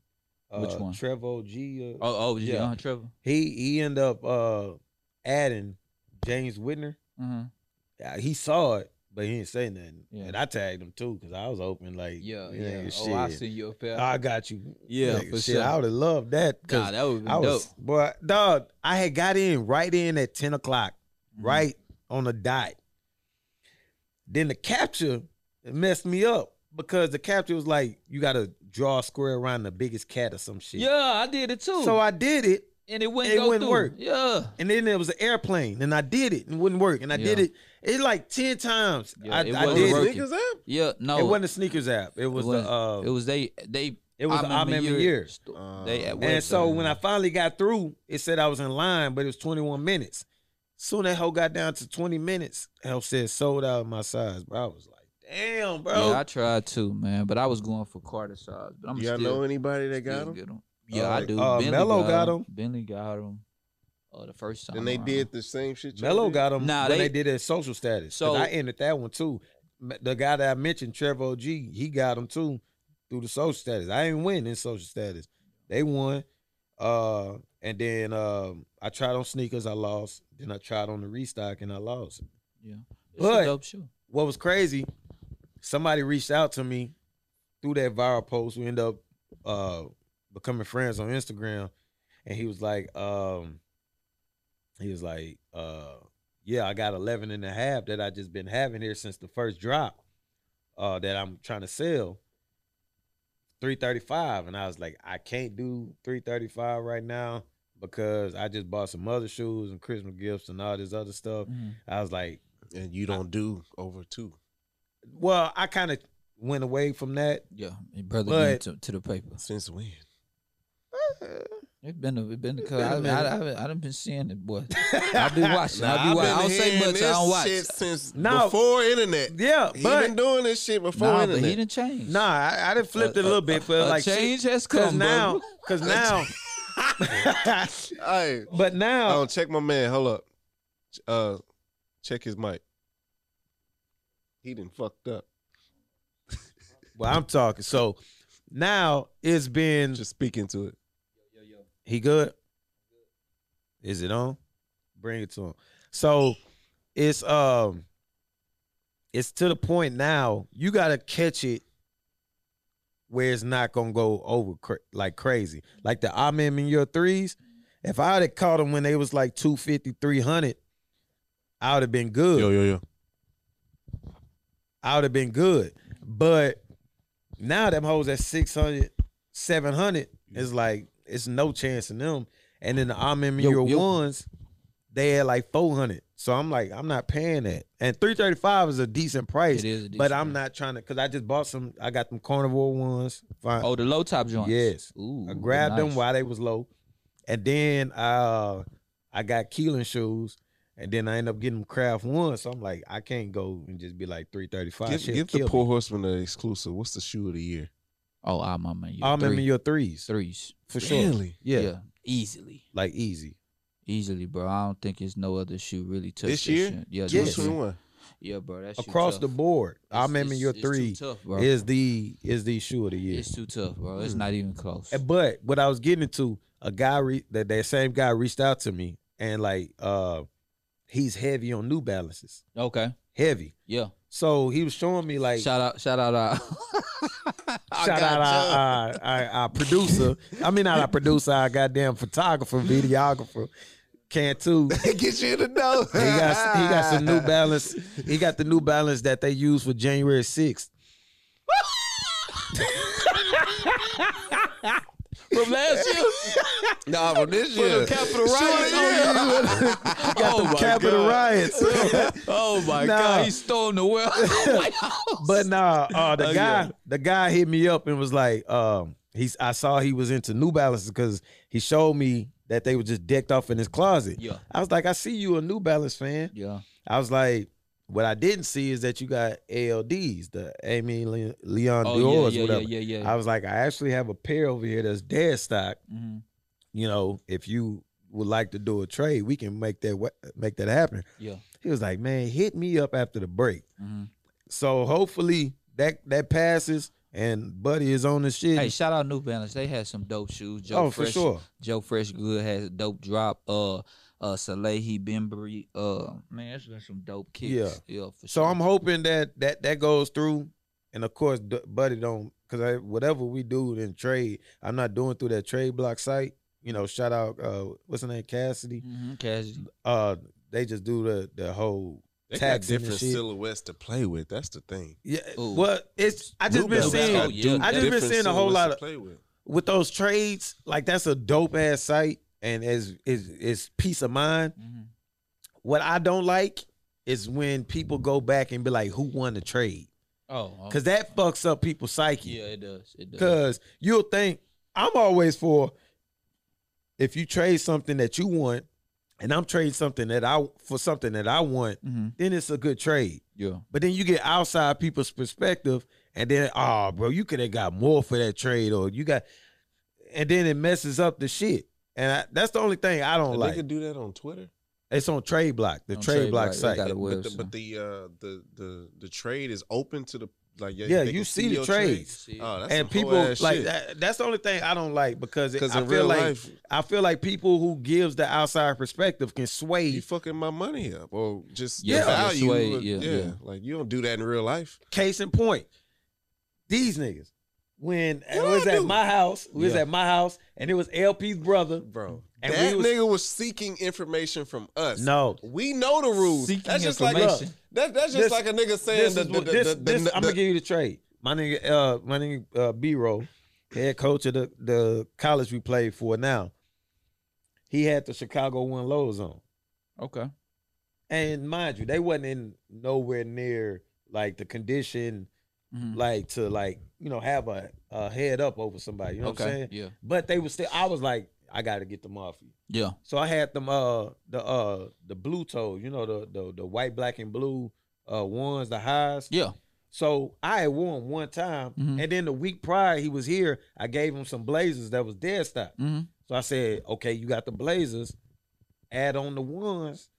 Speaker 2: uh,
Speaker 1: Which one?
Speaker 2: Trevo G. Uh,
Speaker 1: Oh, oh, yeah,
Speaker 2: Yeah.
Speaker 1: uh, Trevor.
Speaker 2: He he ended up uh, adding James Whitner.
Speaker 1: hmm
Speaker 2: Yeah, he saw it, but he didn't say nothing.
Speaker 1: Yeah.
Speaker 2: And I tagged him too because I was open like,
Speaker 1: Yeah, yeah.
Speaker 2: "Man,
Speaker 1: Oh, I
Speaker 2: shit.
Speaker 1: see you a pair.
Speaker 2: I got you.
Speaker 1: Yeah,
Speaker 2: Nigga,
Speaker 1: for
Speaker 2: shit,
Speaker 1: sure.
Speaker 2: I would have loved that because
Speaker 1: nah, that would be
Speaker 2: I
Speaker 1: dope.
Speaker 2: was, boy, dog. I had got in right in at ten o'clock,
Speaker 1: Mhm.
Speaker 2: right on the dot. Then the capture messed me up because the capture was like, "You got to draw a square around the biggest cat or some shit."
Speaker 1: Yeah, I did it too.
Speaker 2: So I did it,
Speaker 1: and it wouldn't
Speaker 2: it
Speaker 1: go
Speaker 2: wouldn't
Speaker 1: through.
Speaker 2: work.
Speaker 1: Yeah.
Speaker 2: and then there was an airplane, and I did it, and it wouldn't work, and I did
Speaker 1: Yeah.
Speaker 2: it. It like ten times.
Speaker 1: Yeah,
Speaker 2: I,
Speaker 1: it
Speaker 2: I
Speaker 1: wasn't
Speaker 2: did
Speaker 1: working.
Speaker 2: it.
Speaker 3: Niggas up?
Speaker 1: Yeah, no.
Speaker 2: It wasn't a sneakers app. It was
Speaker 1: wasn't.
Speaker 2: the uh,
Speaker 1: It was they they
Speaker 2: it was the I remember years.
Speaker 1: sto-
Speaker 3: Uh,
Speaker 1: They at work.
Speaker 2: And so
Speaker 1: website.
Speaker 2: when I finally got through, it said I was in line, but it was 21 minutes. Soon that hoe got down to 20 minutes. Hell said sold out of my size, bro. I was like, damn, bro.
Speaker 1: Yeah, I tried too, man, but I was going for Carter size. But I'm
Speaker 3: Do y'all
Speaker 1: still
Speaker 3: know anybody that got
Speaker 1: still
Speaker 3: them?
Speaker 1: get 'em. Yeah, I
Speaker 2: Uh,
Speaker 1: do.
Speaker 2: uh,
Speaker 1: Bentley
Speaker 2: Melo
Speaker 1: got
Speaker 2: got
Speaker 1: them.
Speaker 2: 'em.
Speaker 1: Bentley got them. Uh, the first time.
Speaker 3: And they
Speaker 1: around.
Speaker 3: did the same shit. y'all
Speaker 2: Mello
Speaker 3: did?
Speaker 2: got them
Speaker 1: Nah,
Speaker 2: when
Speaker 1: they-
Speaker 2: they, did their social status. So
Speaker 1: So-
Speaker 2: I ended that one too. M- The guy that I mentioned, Trevor OG, he got them too through the social status. I ain't win in social status. They won. Uh, and then um, I tried on sneakers, I lost. Then I tried on the restock and I lost.
Speaker 1: Yeah, it's
Speaker 2: But-
Speaker 1: a dope shoe.
Speaker 2: what was crazy, somebody reached out to me through that viral post. We end up uh becoming friends on Instagram. And he was like, um, he was like, uh, yeah, I got 11 and a half that I just been having here since the first drop uh that I'm trying to sell. 335. And I was like, I can't do 335 right now because I just bought some other shoes and Christmas gifts and all this other stuff.
Speaker 1: Mhm.
Speaker 2: I was like,
Speaker 3: And you don't do over two.
Speaker 2: well, I kind of went away from that.
Speaker 1: Yeah, your brother
Speaker 2: But-
Speaker 1: went to, to the paper.
Speaker 3: Since when?
Speaker 1: It's been a, it been a
Speaker 2: been a
Speaker 1: couple. I, I,
Speaker 2: minute.
Speaker 1: I, I done been seeing it, boy. I be watching. I be watching. I don't say
Speaker 3: hearing
Speaker 1: much. I
Speaker 3: this
Speaker 1: don't watch.
Speaker 3: Shit since
Speaker 2: No.
Speaker 3: before internet.
Speaker 2: Yeah,
Speaker 3: He
Speaker 2: but
Speaker 3: been doing this shit before
Speaker 1: Nah, but
Speaker 3: internet.
Speaker 1: he didn't change.
Speaker 2: nah, I, I done flipped it a little bit, but
Speaker 1: a
Speaker 2: like
Speaker 1: change has
Speaker 2: because
Speaker 1: come,
Speaker 2: now,
Speaker 1: bro.
Speaker 2: because now,
Speaker 3: Hey,
Speaker 2: but now,
Speaker 3: oh, check my man. Hold up. Uh, check his mic. He didn't fucked up.
Speaker 2: well, I'm talking. So now it's been.
Speaker 3: Just speaking to it.
Speaker 2: He good? Is it on? Bring it to him. So it's um it's to the point now you gotta catch it where it's not gonna go over cra- like crazy. Like the Amen in your threes. If I had caught them when they was like 250, 300, I would have been good.
Speaker 3: yo, yo.
Speaker 2: I would have been good. But now them hoes at 600, 700, it's like, it's no chance in them. And then the I'm in
Speaker 1: Yo,
Speaker 2: your
Speaker 1: yo.
Speaker 2: ones, they had like 400. So I'm like, I'm not paying that. And 335 is a decent price.
Speaker 1: It is, a
Speaker 2: but
Speaker 1: decent
Speaker 2: I'm
Speaker 1: price.
Speaker 2: not trying to, because I just bought some, I got them carnivore ones. Fine.
Speaker 1: Oh, the low top joints.
Speaker 2: uh, Yes.
Speaker 1: Ooh,
Speaker 2: I grabbed them
Speaker 1: nice.
Speaker 2: while they was low, and then uh, I got Keelan shoes, and then I end up getting them Craft One. So I'm like, I can't go and just be like three thirty five.
Speaker 3: Give, give the poor horseman the exclusive. What's the shoe of the year?
Speaker 1: Oh, I'm on my.
Speaker 2: I remember your threes
Speaker 1: threes.
Speaker 2: for sure.
Speaker 3: Really?
Speaker 2: Yeah,
Speaker 1: easily,
Speaker 2: like easy.
Speaker 1: easily, bro. I don't think there's no other shoe really touched
Speaker 3: This year?
Speaker 1: shit. Yeah,
Speaker 2: Yes.
Speaker 1: this year.
Speaker 3: 2021.
Speaker 1: yeah, bro. That shoe
Speaker 2: Across
Speaker 1: tough.
Speaker 2: the board, I
Speaker 1: It's-
Speaker 2: remember
Speaker 1: it's-
Speaker 2: your
Speaker 1: it's too
Speaker 2: three
Speaker 1: tough, bro.
Speaker 2: is the is Mm. the shoe of the year.
Speaker 1: It's too tough, bro. It's
Speaker 3: Hmm.
Speaker 1: not even close.
Speaker 2: And- But what I was getting to, a guy re- that that same guy reached out to me and like uh he's heavy on New Balances,
Speaker 1: Okay.
Speaker 2: heavy.
Speaker 1: Yeah.
Speaker 2: So he was showing me like
Speaker 1: shout out. Shout out. uh, Our,
Speaker 2: Shout out uh, our, our, our, our producer. I mean, not our producer, our goddamn photographer, videographer, Cantu.
Speaker 3: Get you to know.
Speaker 2: He got he got some New Balance. He got the New Balance that they use for January sixth. uh,
Speaker 1: from last year.
Speaker 3: Nah, from this year.
Speaker 1: Capital riots on you.
Speaker 2: Got
Speaker 1: Oh
Speaker 2: the
Speaker 1: my
Speaker 2: Capitol
Speaker 3: God.
Speaker 2: riots.
Speaker 1: Oh my
Speaker 2: Nah.
Speaker 1: God, he stole the world.
Speaker 2: but nah, uh, the
Speaker 1: Oh,
Speaker 2: guy
Speaker 1: yeah.
Speaker 2: the guy hit me up and was like, um, he's I saw he was into New Balances because he showed me that they were just decked off in his closet.
Speaker 1: yeah,
Speaker 2: I was like, I see you a New Balance fan.
Speaker 1: yeah,
Speaker 2: I was like, what I didn't see is that you got ALDs, the Amy Le- Leon
Speaker 1: oh
Speaker 2: Dior's,
Speaker 1: yeah, yeah,
Speaker 2: whatever.
Speaker 1: yeah, yeah,
Speaker 2: I
Speaker 1: yeah.
Speaker 2: was like, I actually have a pair over here that's dead stock.
Speaker 1: hmm
Speaker 2: You know, if you would like to do a trade, we can make that wa- make that happen.
Speaker 1: Yeah.
Speaker 2: He was like, man, hit me up after the break.
Speaker 1: hmm
Speaker 2: So hopefully that that passes and Buddy is on the shit.
Speaker 1: Hey, shout out New Balance. They had some dope shoes. Joe
Speaker 2: oh, for
Speaker 1: Fresh-
Speaker 2: sure.
Speaker 1: Joe Fresh Good has a dope drop. Uh, uh, Salehi Bimbury. Uh, man, that's been some dope kicks.
Speaker 2: Yeah.
Speaker 1: yeah, for
Speaker 2: So
Speaker 1: sure.
Speaker 2: I'm hoping that that that goes through, and of course, D- Buddy don't because whatever we do in trade, I'm not doing through that trade block site. You know, shout out uh, what's her name, Cassidy.
Speaker 1: hmm Cassidy.
Speaker 2: Uh, they just do the the whole
Speaker 3: They got
Speaker 2: tax
Speaker 3: different
Speaker 2: shit.
Speaker 3: silhouettes to play with. That's the thing.
Speaker 2: yeah,
Speaker 1: Ooh.
Speaker 2: well, it's I just
Speaker 3: New
Speaker 2: been
Speaker 3: Balance
Speaker 2: seeing
Speaker 3: got
Speaker 1: Oh, yeah.
Speaker 3: du-
Speaker 1: I just been
Speaker 3: different
Speaker 2: seeing a whole
Speaker 3: silhouettes
Speaker 2: lot
Speaker 3: to
Speaker 2: of-
Speaker 3: play with.
Speaker 2: with those trades. Like that's a dope ass site, and it's is is peace of mind.
Speaker 1: hmm
Speaker 2: What I don't like is when people go back and be like, "Who won the trade?"
Speaker 1: Oh, okay.
Speaker 2: Because that fucks up people's psyche.
Speaker 1: yeah, it does. It does.
Speaker 2: Because you'll think I'm always for if you trade something that you want, and I'm trading something that I for something that I want,
Speaker 1: hmm
Speaker 2: then it's a good trade.
Speaker 1: Yeah,
Speaker 2: But then you get outside people's perspective, and then oh, bro, you could have got more for that trade, or you got, and then it messes up the shit. And I, that's the only thing I don't
Speaker 3: And
Speaker 2: like.
Speaker 3: They could do that on Twitter.
Speaker 2: it's on Trade Block, the
Speaker 1: On
Speaker 2: Trade,
Speaker 1: Trade
Speaker 2: Block
Speaker 1: Block, they
Speaker 2: site.
Speaker 1: got a
Speaker 3: But the,
Speaker 1: website.
Speaker 3: but the uh the the the trade is open to the like
Speaker 2: Yeah,
Speaker 3: they
Speaker 2: you
Speaker 3: can
Speaker 2: see the
Speaker 3: your
Speaker 2: trades.
Speaker 1: See,
Speaker 3: Oh, that's
Speaker 2: and people like that, that's the only thing I don't like because it,
Speaker 3: because
Speaker 2: I
Speaker 3: in
Speaker 2: feel
Speaker 3: real
Speaker 2: like
Speaker 3: life
Speaker 2: I feel like people who gives the outside perspective can sway
Speaker 3: you fucking my money up or just
Speaker 1: Yeah,
Speaker 3: yeah, value.
Speaker 1: this way,
Speaker 3: or-
Speaker 1: yeah,
Speaker 3: yeah,
Speaker 1: yeah.
Speaker 3: like you don't do that in real life.
Speaker 2: Case in point, these niggas. When
Speaker 3: What
Speaker 2: we was
Speaker 3: I
Speaker 2: at
Speaker 3: do?
Speaker 2: my house, we was
Speaker 1: Yeah.
Speaker 2: at my house, and it was LP's brother.
Speaker 3: Bro,
Speaker 2: And
Speaker 3: that
Speaker 2: we was-
Speaker 3: nigga was seeking information from us.
Speaker 2: No,
Speaker 3: We know the rules.
Speaker 1: Seeking
Speaker 3: that's just like
Speaker 1: information.
Speaker 3: that, that's just
Speaker 2: This-
Speaker 3: like a nigga saying
Speaker 2: this
Speaker 3: the,
Speaker 2: is
Speaker 3: the,
Speaker 2: what
Speaker 3: the,
Speaker 2: this.
Speaker 3: the,
Speaker 2: this-
Speaker 3: the-
Speaker 2: I'm gonna give you the trade. My nigga, uh, my nigga, uh, B roll, head coach of the the college we played for now. He had the Chicago one lows on,
Speaker 1: okay.
Speaker 2: and mind you, they wasn't in nowhere near like the condition
Speaker 1: Mhm.
Speaker 2: like to like you know have a, a head up over somebody. You know
Speaker 1: okay.
Speaker 2: what I'm saying?
Speaker 1: Yeah.
Speaker 2: But they was still. I was like, I got to get them off you.
Speaker 1: Yeah.
Speaker 2: So I had them uh the uh the blue toes, you know the the the white, black, and blue uh ones, the highs.
Speaker 1: Yeah.
Speaker 2: So I had worn them one time,
Speaker 3: Mm-hmm.
Speaker 1: Mhm.
Speaker 2: and then the week prior he was here, I gave him some blazers that was dead stock.
Speaker 1: hmm
Speaker 2: So I said, okay, you got the blazers, add on the ones,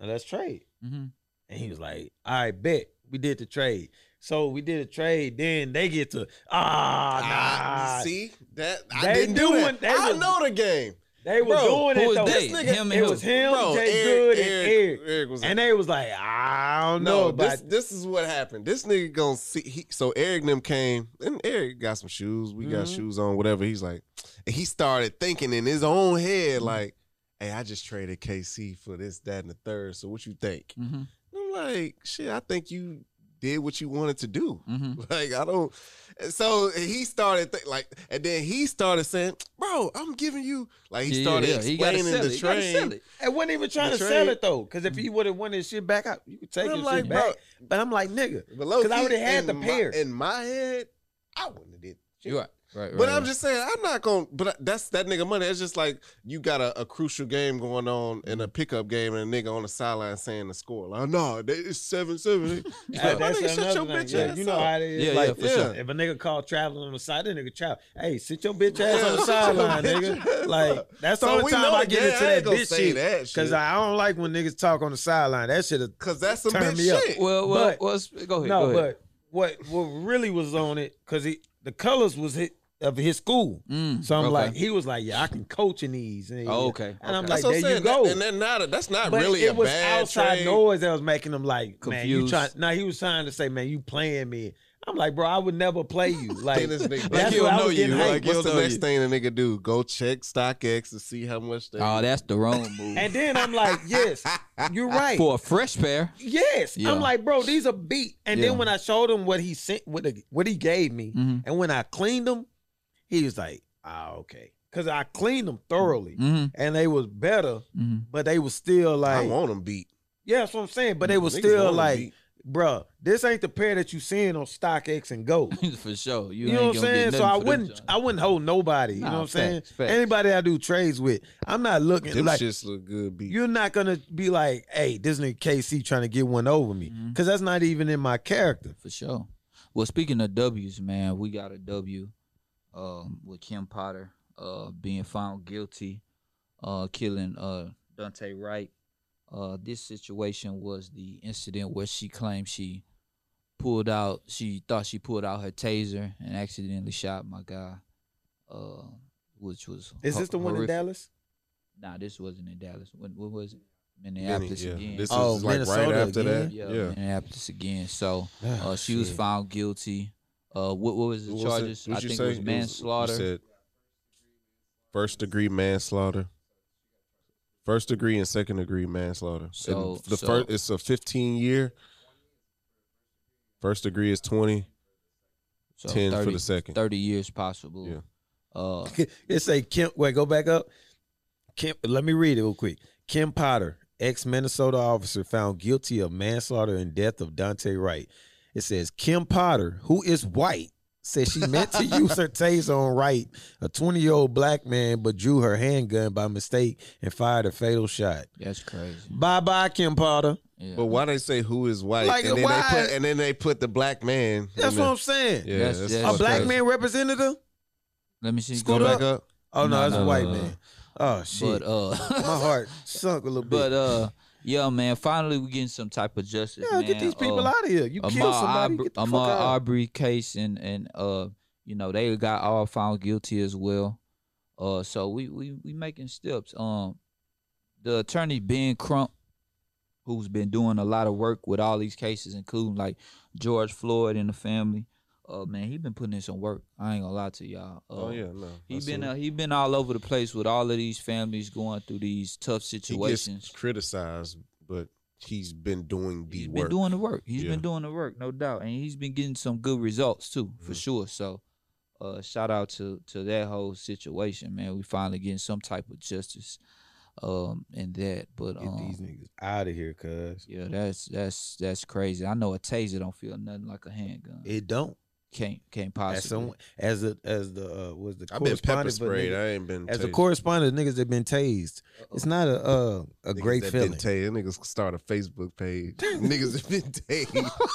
Speaker 2: and let's trade.
Speaker 1: hmm
Speaker 2: And he was like, "I bet." We did the trade. So we did a trade. Then they get to ah,
Speaker 3: Ah,
Speaker 2: nah.
Speaker 3: see that I
Speaker 2: They
Speaker 3: didn't do
Speaker 2: doing-
Speaker 3: it.
Speaker 2: they
Speaker 3: I
Speaker 2: was-
Speaker 3: know the game,
Speaker 2: they were
Speaker 3: Bro,
Speaker 2: doing
Speaker 1: who
Speaker 2: it
Speaker 1: was
Speaker 2: though.
Speaker 1: they? Him and
Speaker 2: it
Speaker 1: him.
Speaker 2: was him,
Speaker 3: bro.
Speaker 2: Jay
Speaker 3: Eric,
Speaker 2: Good, and
Speaker 3: Eric,
Speaker 2: Eric.
Speaker 3: Eric was
Speaker 2: And they was like, I don't know
Speaker 3: No,
Speaker 2: about
Speaker 3: this, this is what happened. This nigga gonna see. He, so Eric and them came, and Eric got some shoes. We got
Speaker 2: Mhm.
Speaker 3: shoes on, whatever. He's like, and he started thinking in his own head,
Speaker 2: Mm-hmm.
Speaker 1: Mhm.
Speaker 3: like, "Hey, I just traded KC for this, that, and the third. So what you think?"
Speaker 1: hmm
Speaker 2: Mm-hmm.
Speaker 3: I'm like, "Shit, I think you did what you wanted to do.
Speaker 1: hmm
Speaker 3: Like, I don't." and So he started thi- like, and then he started saying, "Bro, I'm giving you." Like he started explaining the trade.
Speaker 2: I wasn't even trying
Speaker 3: The
Speaker 2: to sell
Speaker 3: trade.
Speaker 2: it though. Cause if he would have wanted his shit back, I, you could take
Speaker 3: And Mm.
Speaker 2: his
Speaker 3: I'm like,
Speaker 2: shit
Speaker 3: bro,
Speaker 2: back. But I'm like, nigga,
Speaker 3: because
Speaker 2: 'Cause I already had the pair.
Speaker 3: in my head, I wouldn't have did. shit.
Speaker 1: You're right. Right.
Speaker 3: But
Speaker 1: right,
Speaker 3: I'm
Speaker 1: right.
Speaker 3: just saying, I'm not going. to But that's that nigga money. It's just like you got a, a crucial game going on in a pickup game, and a nigga on the sideline saying the score. Like, no, they- it's seven seven.
Speaker 2: Yeah,
Speaker 3: Like, my nigga, shut your
Speaker 2: thing.
Speaker 3: bitch
Speaker 2: Yeah,
Speaker 3: ass
Speaker 2: you know
Speaker 3: up.
Speaker 2: how it is.
Speaker 1: Yeah,
Speaker 2: like,
Speaker 1: yeah, for
Speaker 3: sure.
Speaker 2: If a nigga call traveling on the side, that nigga travel. Hey, sit your bitch ass
Speaker 3: Yeah, sit
Speaker 2: on the
Speaker 3: your
Speaker 2: sideline,
Speaker 3: bitch ass
Speaker 2: nigga. Like
Speaker 3: up.
Speaker 2: that's the only time I get into that bitch shit. Cause
Speaker 3: because
Speaker 2: I don't like when niggas talk on the sideline. That shit.
Speaker 3: because that's some
Speaker 2: Turn
Speaker 3: bitch
Speaker 2: me up.
Speaker 3: shit.
Speaker 1: Well, well,
Speaker 2: but-
Speaker 1: well, sp- go ahead.
Speaker 2: No,
Speaker 1: go ahead.
Speaker 2: but what what really was on it? Cause he the colors was hit of his school.
Speaker 1: Mm,
Speaker 2: So I'm
Speaker 1: okay.
Speaker 2: like, he was like, yeah, I can coach in these. And,
Speaker 1: Oh, okay.
Speaker 2: And I'm
Speaker 1: okay.
Speaker 2: like,
Speaker 3: what
Speaker 2: there
Speaker 3: I'm
Speaker 2: you
Speaker 3: saying.
Speaker 2: go.
Speaker 3: That- and that not that's not
Speaker 2: But
Speaker 3: really
Speaker 2: it
Speaker 3: a
Speaker 2: was
Speaker 3: bad
Speaker 2: outside
Speaker 3: trade.
Speaker 2: noise that was making him like Man, you
Speaker 1: Confused.
Speaker 2: trying? Now he was trying to say, man, you playing me. I'm like, bro, I would never play you. Like,
Speaker 3: Then this nigga-
Speaker 2: that's
Speaker 3: like he'll
Speaker 2: what I
Speaker 3: know
Speaker 2: was getting
Speaker 3: you.
Speaker 2: hyped.
Speaker 3: Like, what's
Speaker 4: He'll
Speaker 3: the
Speaker 4: know
Speaker 3: next
Speaker 4: you.
Speaker 3: thing a nigga do? Go check StockX to see how much they.
Speaker 1: oh, that's the wrong move.
Speaker 2: Uh, and then I'm like, yes, you're right.
Speaker 1: For a fresh pair,
Speaker 2: Yes,
Speaker 1: Yeah.
Speaker 2: I'm like, bro, these are beat. And
Speaker 1: Yeah.
Speaker 2: then when I showed him what he sent, what the, what he gave me,
Speaker 1: Mhm.
Speaker 2: and when I cleaned them, he was like, ah, okay, because I cleaned them thoroughly,
Speaker 1: hmm
Speaker 2: and they was better,
Speaker 1: hmm
Speaker 2: but they was still
Speaker 3: I
Speaker 2: like,
Speaker 3: want them beat.
Speaker 2: yeah, that's what I'm saying. But they was
Speaker 3: Niggas want
Speaker 2: still
Speaker 3: 'em
Speaker 2: like,
Speaker 3: beat.
Speaker 2: bruh, this ain't the pair that you seeing on StockX and Go.
Speaker 1: for sure. You,
Speaker 2: You, know
Speaker 1: ain't
Speaker 2: what
Speaker 1: gonna
Speaker 2: I'm
Speaker 1: get
Speaker 2: saying? So
Speaker 1: nothing
Speaker 2: I
Speaker 1: for them
Speaker 2: wouldn't,
Speaker 1: joints.
Speaker 2: I wouldn't hold nobody. You
Speaker 1: Nah,
Speaker 2: know what I'm saying?
Speaker 1: facts, facts.
Speaker 2: Anybody I do trades with, I'm not looking
Speaker 3: Them
Speaker 2: like
Speaker 3: shits look good beat.
Speaker 2: you're not gonna be like, hey, this nigga KC trying to get one over me,
Speaker 1: Mhm.
Speaker 2: because that's not even in my character.
Speaker 1: For sure. Well, speaking of W's, man, we got a W um, with Kim Potter uh, being found guilty, uh, killing uh, Dante Wright. Uh, this situation was the incident where she claimed she pulled out, she thought she pulled out her taser and accidentally shot my guy, uh, which was.
Speaker 2: Is
Speaker 1: hor-
Speaker 2: this the one
Speaker 1: horrific.
Speaker 2: in Dallas?
Speaker 1: Nah, this wasn't in Dallas. When, what was it? Minneapolis
Speaker 3: yeah.
Speaker 1: again.
Speaker 3: This
Speaker 2: Oh,
Speaker 3: is like right
Speaker 2: Minnesota
Speaker 3: after
Speaker 2: again?
Speaker 3: that.
Speaker 1: yeah,
Speaker 3: Yeah.
Speaker 1: Minneapolis again. So.
Speaker 2: Oh,
Speaker 1: Uh, she was found guilty. Uh, what what was the
Speaker 3: What was it?
Speaker 1: charges? I
Speaker 3: What'd you
Speaker 1: think
Speaker 3: say?
Speaker 1: it was
Speaker 3: You
Speaker 1: manslaughter.
Speaker 3: you said first degree manslaughter. First degree and second degree manslaughter.
Speaker 1: So-
Speaker 3: and the
Speaker 1: so-
Speaker 3: first it's a 15 year. First degree is 20,
Speaker 1: so
Speaker 3: 10 for the second.
Speaker 1: Thirty years possible.
Speaker 3: Yeah.
Speaker 1: Uh,
Speaker 2: It say Kim. Wait, go back up. Kim, let me read it real quick. Kim Potter, ex Minnesota officer, found guilty of manslaughter and death of Dante Wright. It says Kim Potter, who is white, says she meant to use her taser on Wright, a 20 year old black man, but drew her handgun by mistake and fired a fatal shot.
Speaker 1: that's crazy.
Speaker 2: Bye bye, Kim Potter.
Speaker 1: Yeah.
Speaker 3: But why they say who is white?
Speaker 2: Like,
Speaker 3: and, then
Speaker 2: why-
Speaker 3: They put, and then they put the black man.
Speaker 2: That's
Speaker 3: in
Speaker 2: what
Speaker 3: there.
Speaker 2: I'm saying.
Speaker 3: Yeah,
Speaker 1: That's-
Speaker 3: that's
Speaker 1: that's
Speaker 2: A
Speaker 3: fucked
Speaker 2: black
Speaker 3: up.
Speaker 2: man represented her?
Speaker 1: Let me see.
Speaker 2: Scoot
Speaker 3: Go
Speaker 2: up.
Speaker 3: back up.
Speaker 2: Oh, no,
Speaker 1: No,
Speaker 2: that's
Speaker 1: no,
Speaker 2: a
Speaker 1: no,
Speaker 2: white
Speaker 1: no.
Speaker 2: man. Oh, shit.
Speaker 1: But uh,
Speaker 2: My heart sunk a little bit.
Speaker 1: but uh, yeah, man. Finally, we getting some type of justice.
Speaker 2: Yeah, get
Speaker 1: man.
Speaker 2: these people
Speaker 3: um,
Speaker 1: Uh,
Speaker 2: out of here. You
Speaker 1: Ahmaud
Speaker 2: kill somebody,
Speaker 1: Aubrey,
Speaker 2: get the fuck
Speaker 1: Ahmaud
Speaker 2: out.
Speaker 1: Aubrey case and and uh, you know they got all found guilty as well. Uh, so we we we making steps. Um, the attorney Ben Crump, who's been doing a lot of work with all these cases, including like George Floyd and the family. Uh, man, he been putting in some work. I ain't gonna lie to y'all. Uh,
Speaker 3: Oh yeah, no. I
Speaker 1: He
Speaker 3: seen
Speaker 1: been
Speaker 3: it.
Speaker 1: uh, he been all over the place with all of these families going through these tough
Speaker 3: he gets
Speaker 1: situations.
Speaker 3: criticized, but he's been doing the
Speaker 1: He's
Speaker 3: work.
Speaker 1: been doing the work. He's
Speaker 3: Yeah.
Speaker 1: been doing the work, no doubt, and he's been getting some good results too, for
Speaker 3: Mhm.
Speaker 2: Mm.
Speaker 1: sure. So, uh, shout out to to that whole situation, man. We finally getting some type of justice, um, in that. But
Speaker 2: Get these
Speaker 1: um,
Speaker 2: niggas out of here, cuz.
Speaker 1: yeah, that's that's that's crazy. I know a taser don't feel nothing like a handgun.
Speaker 2: It don't.
Speaker 1: can't can't
Speaker 2: As
Speaker 1: possibly.
Speaker 2: someone, as a, as the uh, was the
Speaker 3: I've been pepper
Speaker 2: correspondent for
Speaker 3: sprayed.
Speaker 2: niggas-
Speaker 3: I ain't been
Speaker 2: as a
Speaker 3: tased.
Speaker 2: correspondent, niggas have been tased. It's not a uh, a
Speaker 3: Niggas
Speaker 2: great
Speaker 3: that
Speaker 2: feeling.
Speaker 3: Been tased. Niggas start a Facebook page. niggas that been tased.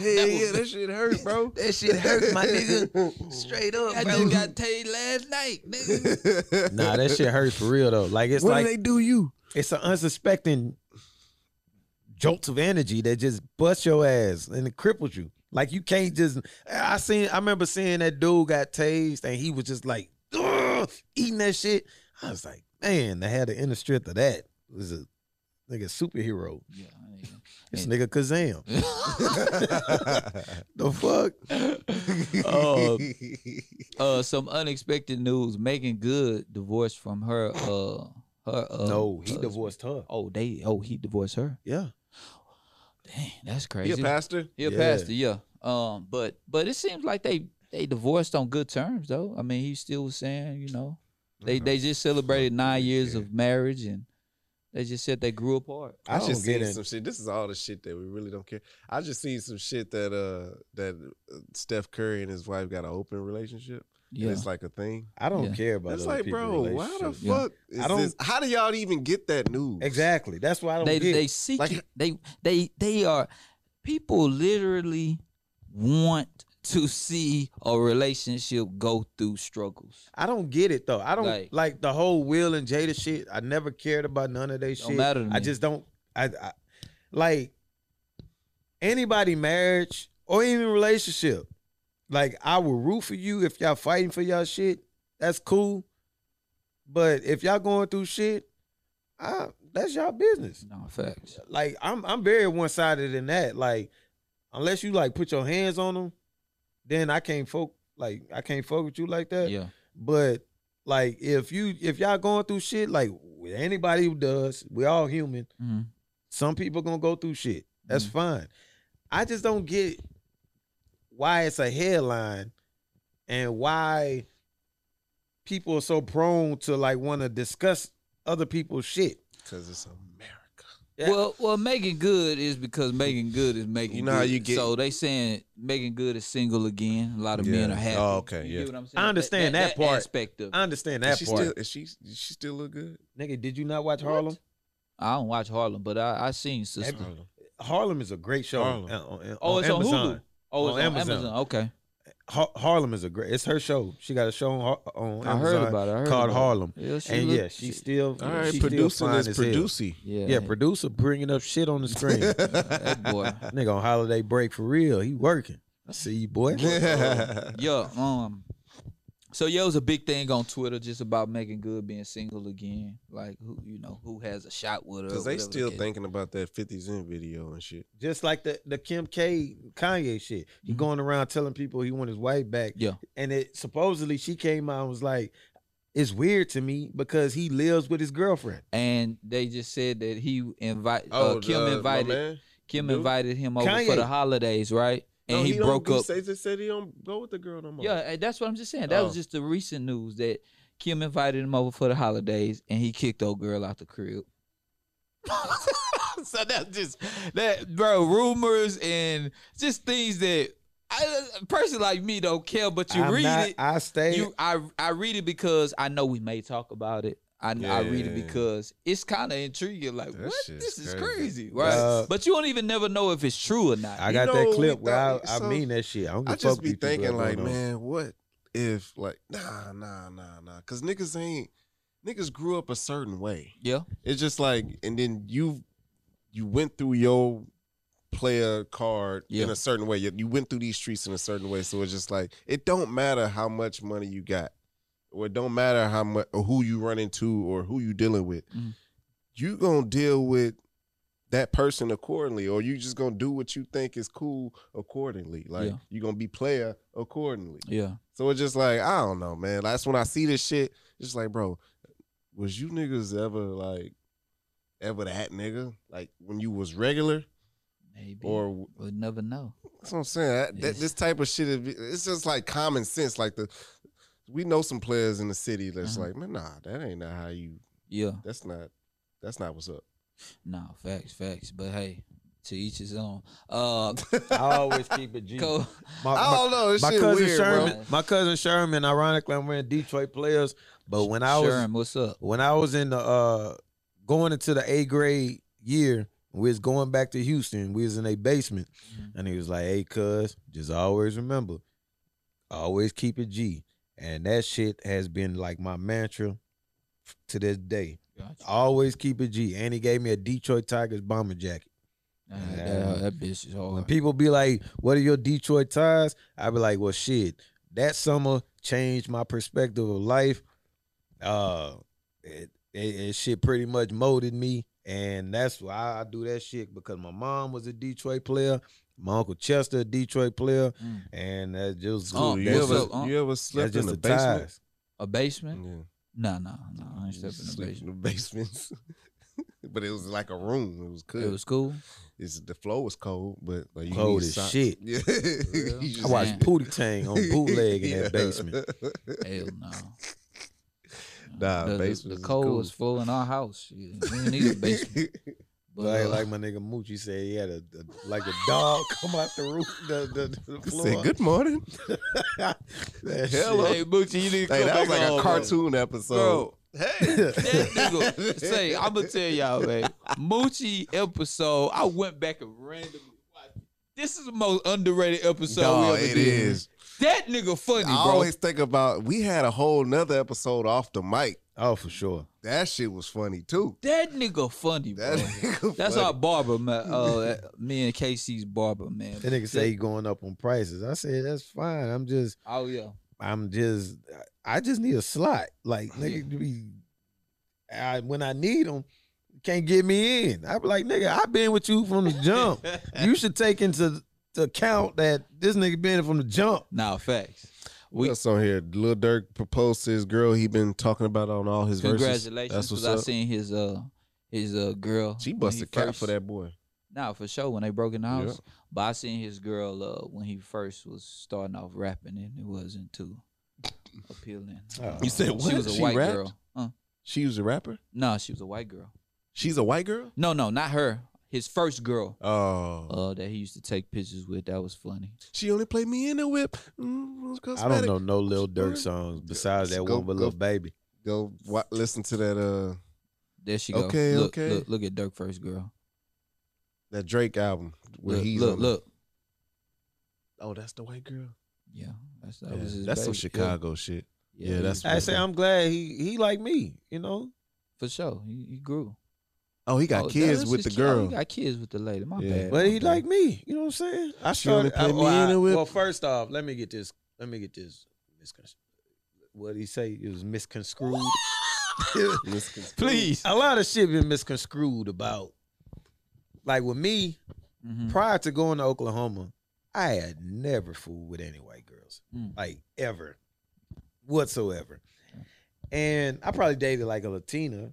Speaker 3: hey, yeah, that shit hurt, bro.
Speaker 2: that shit hurt my nigga straight up.
Speaker 1: I just got tased last night, nigga.
Speaker 2: nah, that shit hurts for real though. Like it's
Speaker 3: what
Speaker 2: like
Speaker 3: do they do you?
Speaker 2: it's an unsuspecting jolts of energy that just busts your ass and it cripples you. Like you can't just. I seen. I remember seeing that dude got tased and he was just like "Ugh," eating that shit. I was like, man, they had the inner strength of that. It was a nigga superhero.
Speaker 1: yeah. I
Speaker 2: This
Speaker 1: Yeah.
Speaker 2: nigga Kazam.
Speaker 1: ain't- Mm.
Speaker 2: The fuck.
Speaker 1: Uh, uh, some unexpected news. Megan Good divorced from her. Uh, her. Uh,
Speaker 2: no, he
Speaker 1: husband.
Speaker 2: divorced her.
Speaker 1: Oh, they. Oh, he divorced her.
Speaker 2: Yeah.
Speaker 1: Dang, that's
Speaker 3: He
Speaker 1: crazy.
Speaker 3: a pastor?
Speaker 1: He a
Speaker 2: Yeah.
Speaker 1: pastor, yeah. Um, but but it seems like they they divorced on good terms though. I mean, he still was saying, you know, they they just celebrated
Speaker 3: fuck
Speaker 1: nine
Speaker 3: they
Speaker 1: years
Speaker 3: did.
Speaker 1: of marriage and they just said they grew apart.
Speaker 3: I,
Speaker 2: I
Speaker 3: just
Speaker 2: don't get
Speaker 3: seen
Speaker 2: it.
Speaker 3: some shit. This is all the shit that we really don't care. I just seen some shit that uh that uh, Steph Curry and his wife got an open relationship.
Speaker 1: Yeah,
Speaker 3: And it's like a thing.
Speaker 2: I don't
Speaker 1: Yeah.
Speaker 2: care about.
Speaker 3: it's
Speaker 2: other
Speaker 3: like,
Speaker 2: people's
Speaker 3: bro, why the
Speaker 2: relationships.
Speaker 1: Yeah.
Speaker 3: fuck? Is
Speaker 2: I don't-
Speaker 3: This, how do y'all even get that news?
Speaker 2: Exactly. That's why I don't
Speaker 1: they
Speaker 2: get.
Speaker 1: they seek
Speaker 3: Oh, Like-
Speaker 1: it. they they they are people literally want to see a relationship go through struggles.
Speaker 2: I don't get it though. I don't like,
Speaker 1: Like-
Speaker 2: the whole Will and Jada shit. I never cared about none of they
Speaker 1: Don't
Speaker 2: shit.
Speaker 1: matter to
Speaker 2: I
Speaker 1: me.
Speaker 2: just don't. I, I like anybody marriage or even relationship. like I will root for you if y'all fighting for y'all shit. That's cool. But if y'all going through shit, I, that's y'all business.
Speaker 1: No facts.
Speaker 2: Like I'm I'm very one sided in that. Like unless you like put your hands on them, then I can't fuck like I can't fuck with you like that.
Speaker 1: Yeah.
Speaker 2: But like if you if y'all going through shit, like anybody who does, we all human.
Speaker 1: Mhm.
Speaker 2: Some people gonna go through shit. That's
Speaker 1: Mhm.
Speaker 2: fine. I just don't get why it's a headline and why people are so prone to like want to discuss other people's shit.
Speaker 3: Because it's America.
Speaker 2: Yeah.
Speaker 1: Well, well, making good is because making good is making.
Speaker 3: You know how
Speaker 1: good.
Speaker 3: you get-
Speaker 1: So they saying making good is single again. A lot of
Speaker 3: Yeah.
Speaker 1: men are happy.
Speaker 3: Oh, okay,
Speaker 1: You
Speaker 3: yeah.
Speaker 1: get what I'm saying?
Speaker 2: I understand that part.
Speaker 1: aspect of. it.
Speaker 2: I understand
Speaker 3: Is
Speaker 2: that
Speaker 3: she
Speaker 2: part.
Speaker 3: still is she does she still look good?
Speaker 2: Nigga, did you not watch
Speaker 1: What?
Speaker 2: Harlem?
Speaker 1: I don't watch Harlem, but I I seen sister.
Speaker 2: Every- Harlem is a great show.
Speaker 3: Harlem.
Speaker 2: uh, on-
Speaker 1: Oh, it's on
Speaker 2: Amazon.
Speaker 1: Hulu. Oh, it's
Speaker 2: on
Speaker 1: on
Speaker 2: Amazon.
Speaker 1: Amazon. Okay,
Speaker 2: Har- Harlem is a great. It's her show. She got a show on, Har- on
Speaker 1: I heard
Speaker 2: Amazon
Speaker 1: about it. I heard
Speaker 2: called
Speaker 1: about it.
Speaker 2: Harlem.
Speaker 1: Yeah, she
Speaker 2: and
Speaker 1: look-
Speaker 2: yeah, she's still
Speaker 3: All right,
Speaker 2: she
Speaker 3: producing
Speaker 2: still fine
Speaker 3: is
Speaker 2: as hell.
Speaker 3: producing.
Speaker 1: yeah,
Speaker 2: Yeah, producer bringing up shit on the screen.
Speaker 1: that boy.
Speaker 2: Nigga on holiday break for real. He working. I see you, boy.
Speaker 1: Yeah. Um. So yeah, it was a big thing on Twitter just about making good being single again. Like who you know who has a shot with her?
Speaker 3: Because they still
Speaker 1: think.
Speaker 3: thinking about that 50 Cent video and shit.
Speaker 2: Just like the, the Kim K Kanye shit.
Speaker 3: Mm-hmm.
Speaker 2: He
Speaker 1: Mhm.
Speaker 2: going around telling people he want his wife back.
Speaker 1: Yeah.
Speaker 2: And it supposedly she came out and was like, it's weird to me because he lives with his girlfriend.
Speaker 1: and they just said that he invite uh, Kim
Speaker 3: uh, my
Speaker 1: invited
Speaker 3: man?
Speaker 1: Kim
Speaker 3: dude?
Speaker 1: invited him over
Speaker 2: Kanye.
Speaker 1: for the holidays, right? And
Speaker 3: No,
Speaker 1: he,
Speaker 3: don't-
Speaker 1: broke
Speaker 3: he
Speaker 1: up.
Speaker 3: Say, just said he don't go with the girl no more.
Speaker 1: Yeah, and that's what I'm just saying. That
Speaker 3: Oh.
Speaker 1: was just the recent news that Kim invited him over for the holidays, and he kicked old girl out the crib. so that's just that, bro. Rumors and just things that I, a person like me don't care, but you
Speaker 2: I'm
Speaker 1: read
Speaker 2: not-
Speaker 1: it.
Speaker 2: I stay.
Speaker 1: You, I, I read it because I know we may talk about it. I, I read it
Speaker 3: Yeah.
Speaker 1: because it's kind of intriguing. Like,
Speaker 3: That
Speaker 1: what?
Speaker 3: shit's
Speaker 1: This is
Speaker 3: crazy.
Speaker 1: crazy, right?
Speaker 2: Uh,
Speaker 1: but you don't even never know if it's true or not.
Speaker 2: I
Speaker 3: You
Speaker 2: got
Speaker 3: know,
Speaker 2: that clip
Speaker 3: we
Speaker 2: where I,
Speaker 3: thought-
Speaker 2: I
Speaker 3: so-
Speaker 2: mean that shit. I don't give
Speaker 3: I
Speaker 2: a
Speaker 3: just
Speaker 2: fuck
Speaker 3: be
Speaker 2: what you people
Speaker 3: thinking
Speaker 2: got
Speaker 3: like,
Speaker 2: going on.
Speaker 3: man, what if like nah nah nah nah? Cause niggas ain't niggas grew up a certain way.
Speaker 1: yeah,
Speaker 3: It's just like, and then you you went through your player card in
Speaker 1: Yeah.
Speaker 3: a certain way. You, you went through these streets in a certain way. So it's just like it don't matter how much money you got, or it don't matter how much or who you run into or who you dealing with.
Speaker 1: Mhm.
Speaker 3: You gonna deal with that person accordingly, or you just gonna do what you think is cool accordingly. Like
Speaker 1: Yeah.
Speaker 3: you gonna be player accordingly.
Speaker 1: yeah.
Speaker 3: So it's just like I don't know, man. That's when I see this shit. It's like, bro, was you niggas ever like ever that nigga? Like when you was regular,
Speaker 1: Maybe or
Speaker 3: or
Speaker 1: we'll never know.
Speaker 3: that's what I'm saying. That, that- this type of shit, is- it's just like common sense. Like the we know some players in the city that's
Speaker 2: Mm-hmm.
Speaker 1: Uh-huh.
Speaker 3: like, man, nah, that ain't not how you.
Speaker 1: Yeah,
Speaker 3: That's not. That's not what's up.
Speaker 1: no, facts, facts. But hey, to each his own. Uh,
Speaker 2: I always keep it G.
Speaker 1: go.
Speaker 2: My,
Speaker 3: I
Speaker 2: my,
Speaker 3: don't know. This
Speaker 2: my
Speaker 3: shit
Speaker 2: cousin
Speaker 3: weird,
Speaker 2: Sherman,
Speaker 3: bro.
Speaker 1: bro.
Speaker 2: my cousin Sherman. Ironically, I'm wearing Detroit players, but when I was
Speaker 1: Sharon, what's up?
Speaker 2: when I was in the uh going into the A grade year, we was going back to Houston. We was in a basement,
Speaker 1: Mhm.
Speaker 2: and he was like, "Hey, cuz, just always remember, always keep it G." And that shit has been like my mantra f- to this day. Always keep it G. And he gave me a Detroit Tigers bomber jacket.
Speaker 1: Nah,
Speaker 2: Yeah.
Speaker 1: that, that bitch is
Speaker 2: When
Speaker 1: hard.
Speaker 2: people be like, "What are your Detroit ties?" I be like, "Well, shit, that summer changed my perspective of life. Uh, it, it, it shit pretty much molded me, and that's why I do that shit because my mom was a Detroit player, my uncle Chester a Detroit player,
Speaker 1: Mm.
Speaker 2: and that just
Speaker 1: Oh,
Speaker 3: Dude,
Speaker 1: What's
Speaker 3: you ever
Speaker 1: up, huh?
Speaker 3: you ever slept
Speaker 2: that's
Speaker 3: in
Speaker 2: just
Speaker 3: the
Speaker 2: the
Speaker 3: basement?
Speaker 2: ties.
Speaker 1: A basement?
Speaker 3: Yeah.
Speaker 1: No, no, no. I ain't stepping in the
Speaker 3: Sleep in
Speaker 1: basement.
Speaker 3: the basements. but it was like a room. It was good.
Speaker 1: It was cool.
Speaker 3: it's the flow was cold, but like you
Speaker 2: Cold
Speaker 3: need
Speaker 2: as
Speaker 3: sock-
Speaker 2: shit.
Speaker 3: Yeah,
Speaker 1: real?
Speaker 3: You
Speaker 2: I
Speaker 3: just-
Speaker 2: watched
Speaker 1: Man.
Speaker 2: Pootie Tang on bootleg in that
Speaker 3: Yeah.
Speaker 2: basement.
Speaker 1: Hell no.
Speaker 3: Nah,
Speaker 1: the, the-
Speaker 3: basement
Speaker 1: The
Speaker 3: is
Speaker 1: cold
Speaker 3: cool.
Speaker 1: was full in our house. Yeah, we didn't need a basement. But,
Speaker 2: Like,
Speaker 1: uh,
Speaker 2: like my nigga Moochie said, he had a, a- like a dog come out the roof, the, the, the floor.
Speaker 3: Say good morning.
Speaker 2: That
Speaker 3: Hello.
Speaker 2: shit.
Speaker 1: Hey, Boochie, you need to
Speaker 3: Hey,
Speaker 1: come
Speaker 3: that was
Speaker 1: back
Speaker 3: like a
Speaker 1: on,
Speaker 3: cartoon episode.
Speaker 1: That nigga, say, I'm gonna tell y'all, man. Moochie episode. I went back and randomly watched. it. This is the most underrated episode
Speaker 3: no,
Speaker 1: we ever
Speaker 3: it
Speaker 1: did.
Speaker 3: is.
Speaker 1: That nigga funny,
Speaker 3: I
Speaker 1: bro.
Speaker 3: always think about we had a whole nother episode off the mic
Speaker 2: Oh, for sure.
Speaker 3: That shit was funny too.
Speaker 1: That nigga funny, bro.
Speaker 3: That nigga
Speaker 1: That's
Speaker 3: funny.
Speaker 1: our barber, man. Uh, me and KC's barber, man.
Speaker 2: That nigga say he going up on prices. I said that's fine. I'm just,
Speaker 1: Oh yeah,
Speaker 2: I'm just, I just need a slot. Like nigga, you be, I, when I need them, can't get me in. I be like nigga, I've been with you from the jump. you should take into to account that this nigga been from the jump.
Speaker 1: nah, facts.
Speaker 3: What
Speaker 1: We-
Speaker 3: else on here? Lil Durk proposed to his girl. He been talking about on all his verses.
Speaker 1: Congratulations,
Speaker 3: That's
Speaker 1: because
Speaker 3: what's
Speaker 1: I
Speaker 3: up.
Speaker 1: seen his uh his uh girl.
Speaker 3: She
Speaker 1: when he
Speaker 3: busted cap
Speaker 1: first-
Speaker 3: for that boy.
Speaker 1: Nah, for sure. When they broke in the
Speaker 3: Yeah.
Speaker 1: house, but I seen his girl uh when he first was starting off rapping, and it wasn't too appealing.
Speaker 2: Oh.
Speaker 3: You said
Speaker 1: She
Speaker 3: what?
Speaker 1: was a
Speaker 3: She
Speaker 1: white
Speaker 3: rapped?
Speaker 1: girl. Uh,
Speaker 3: She was a rapper.
Speaker 1: no, she was a white girl.
Speaker 3: She's a white girl.
Speaker 1: No, no, not her. His first girl.
Speaker 3: Oh,
Speaker 1: Uh, that he used to take pictures with. That was funny.
Speaker 3: she only played me in the whip. Mm, it was
Speaker 2: I don't
Speaker 3: cosmetic.
Speaker 2: know no Lil Durk songs besides that
Speaker 3: Go-
Speaker 2: one with
Speaker 3: go-
Speaker 2: Lil Baby.
Speaker 3: Go wa listen to that uh
Speaker 1: There she go.
Speaker 3: Okay,
Speaker 1: look,
Speaker 3: okay.
Speaker 1: Look, look at Dirk first girl.
Speaker 3: that Drake album where
Speaker 1: Look,
Speaker 3: he's
Speaker 1: look,
Speaker 3: on-
Speaker 1: look.
Speaker 3: Oh, that's the white girl.
Speaker 1: Yeah, that's that
Speaker 3: Yeah,
Speaker 1: was his
Speaker 3: that's some
Speaker 1: baby.
Speaker 3: Chicago shit. yeah,
Speaker 1: he-
Speaker 3: that's-
Speaker 2: I say I'm glad he he like me. You know,
Speaker 1: for sure. He, he grew.
Speaker 3: Oh, he got
Speaker 1: Oh,
Speaker 3: kids
Speaker 1: that's
Speaker 3: with
Speaker 1: his
Speaker 3: the
Speaker 1: kid. Oh,
Speaker 3: girl.
Speaker 1: He got kids with the lady. My
Speaker 3: Yeah.
Speaker 1: bad.
Speaker 2: but
Speaker 1: my
Speaker 2: he
Speaker 1: bad.
Speaker 2: like me. You know what I'm saying? I
Speaker 3: She only
Speaker 2: started. I,
Speaker 3: put me
Speaker 2: well,
Speaker 3: in
Speaker 2: I-
Speaker 3: the whip.
Speaker 2: well, first off, let me get this. Let me get this. miscon- What did he say? It was misconstrued.
Speaker 3: Misconstrued.
Speaker 2: a lot of shit been misconstrued about. Like with me,
Speaker 3: Mm.
Speaker 1: Mhm.
Speaker 2: prior to going to Oklahoma, I had never fooled with any white girls,
Speaker 1: Mm.
Speaker 2: like ever, whatsoever. And I probably dated like a Latina,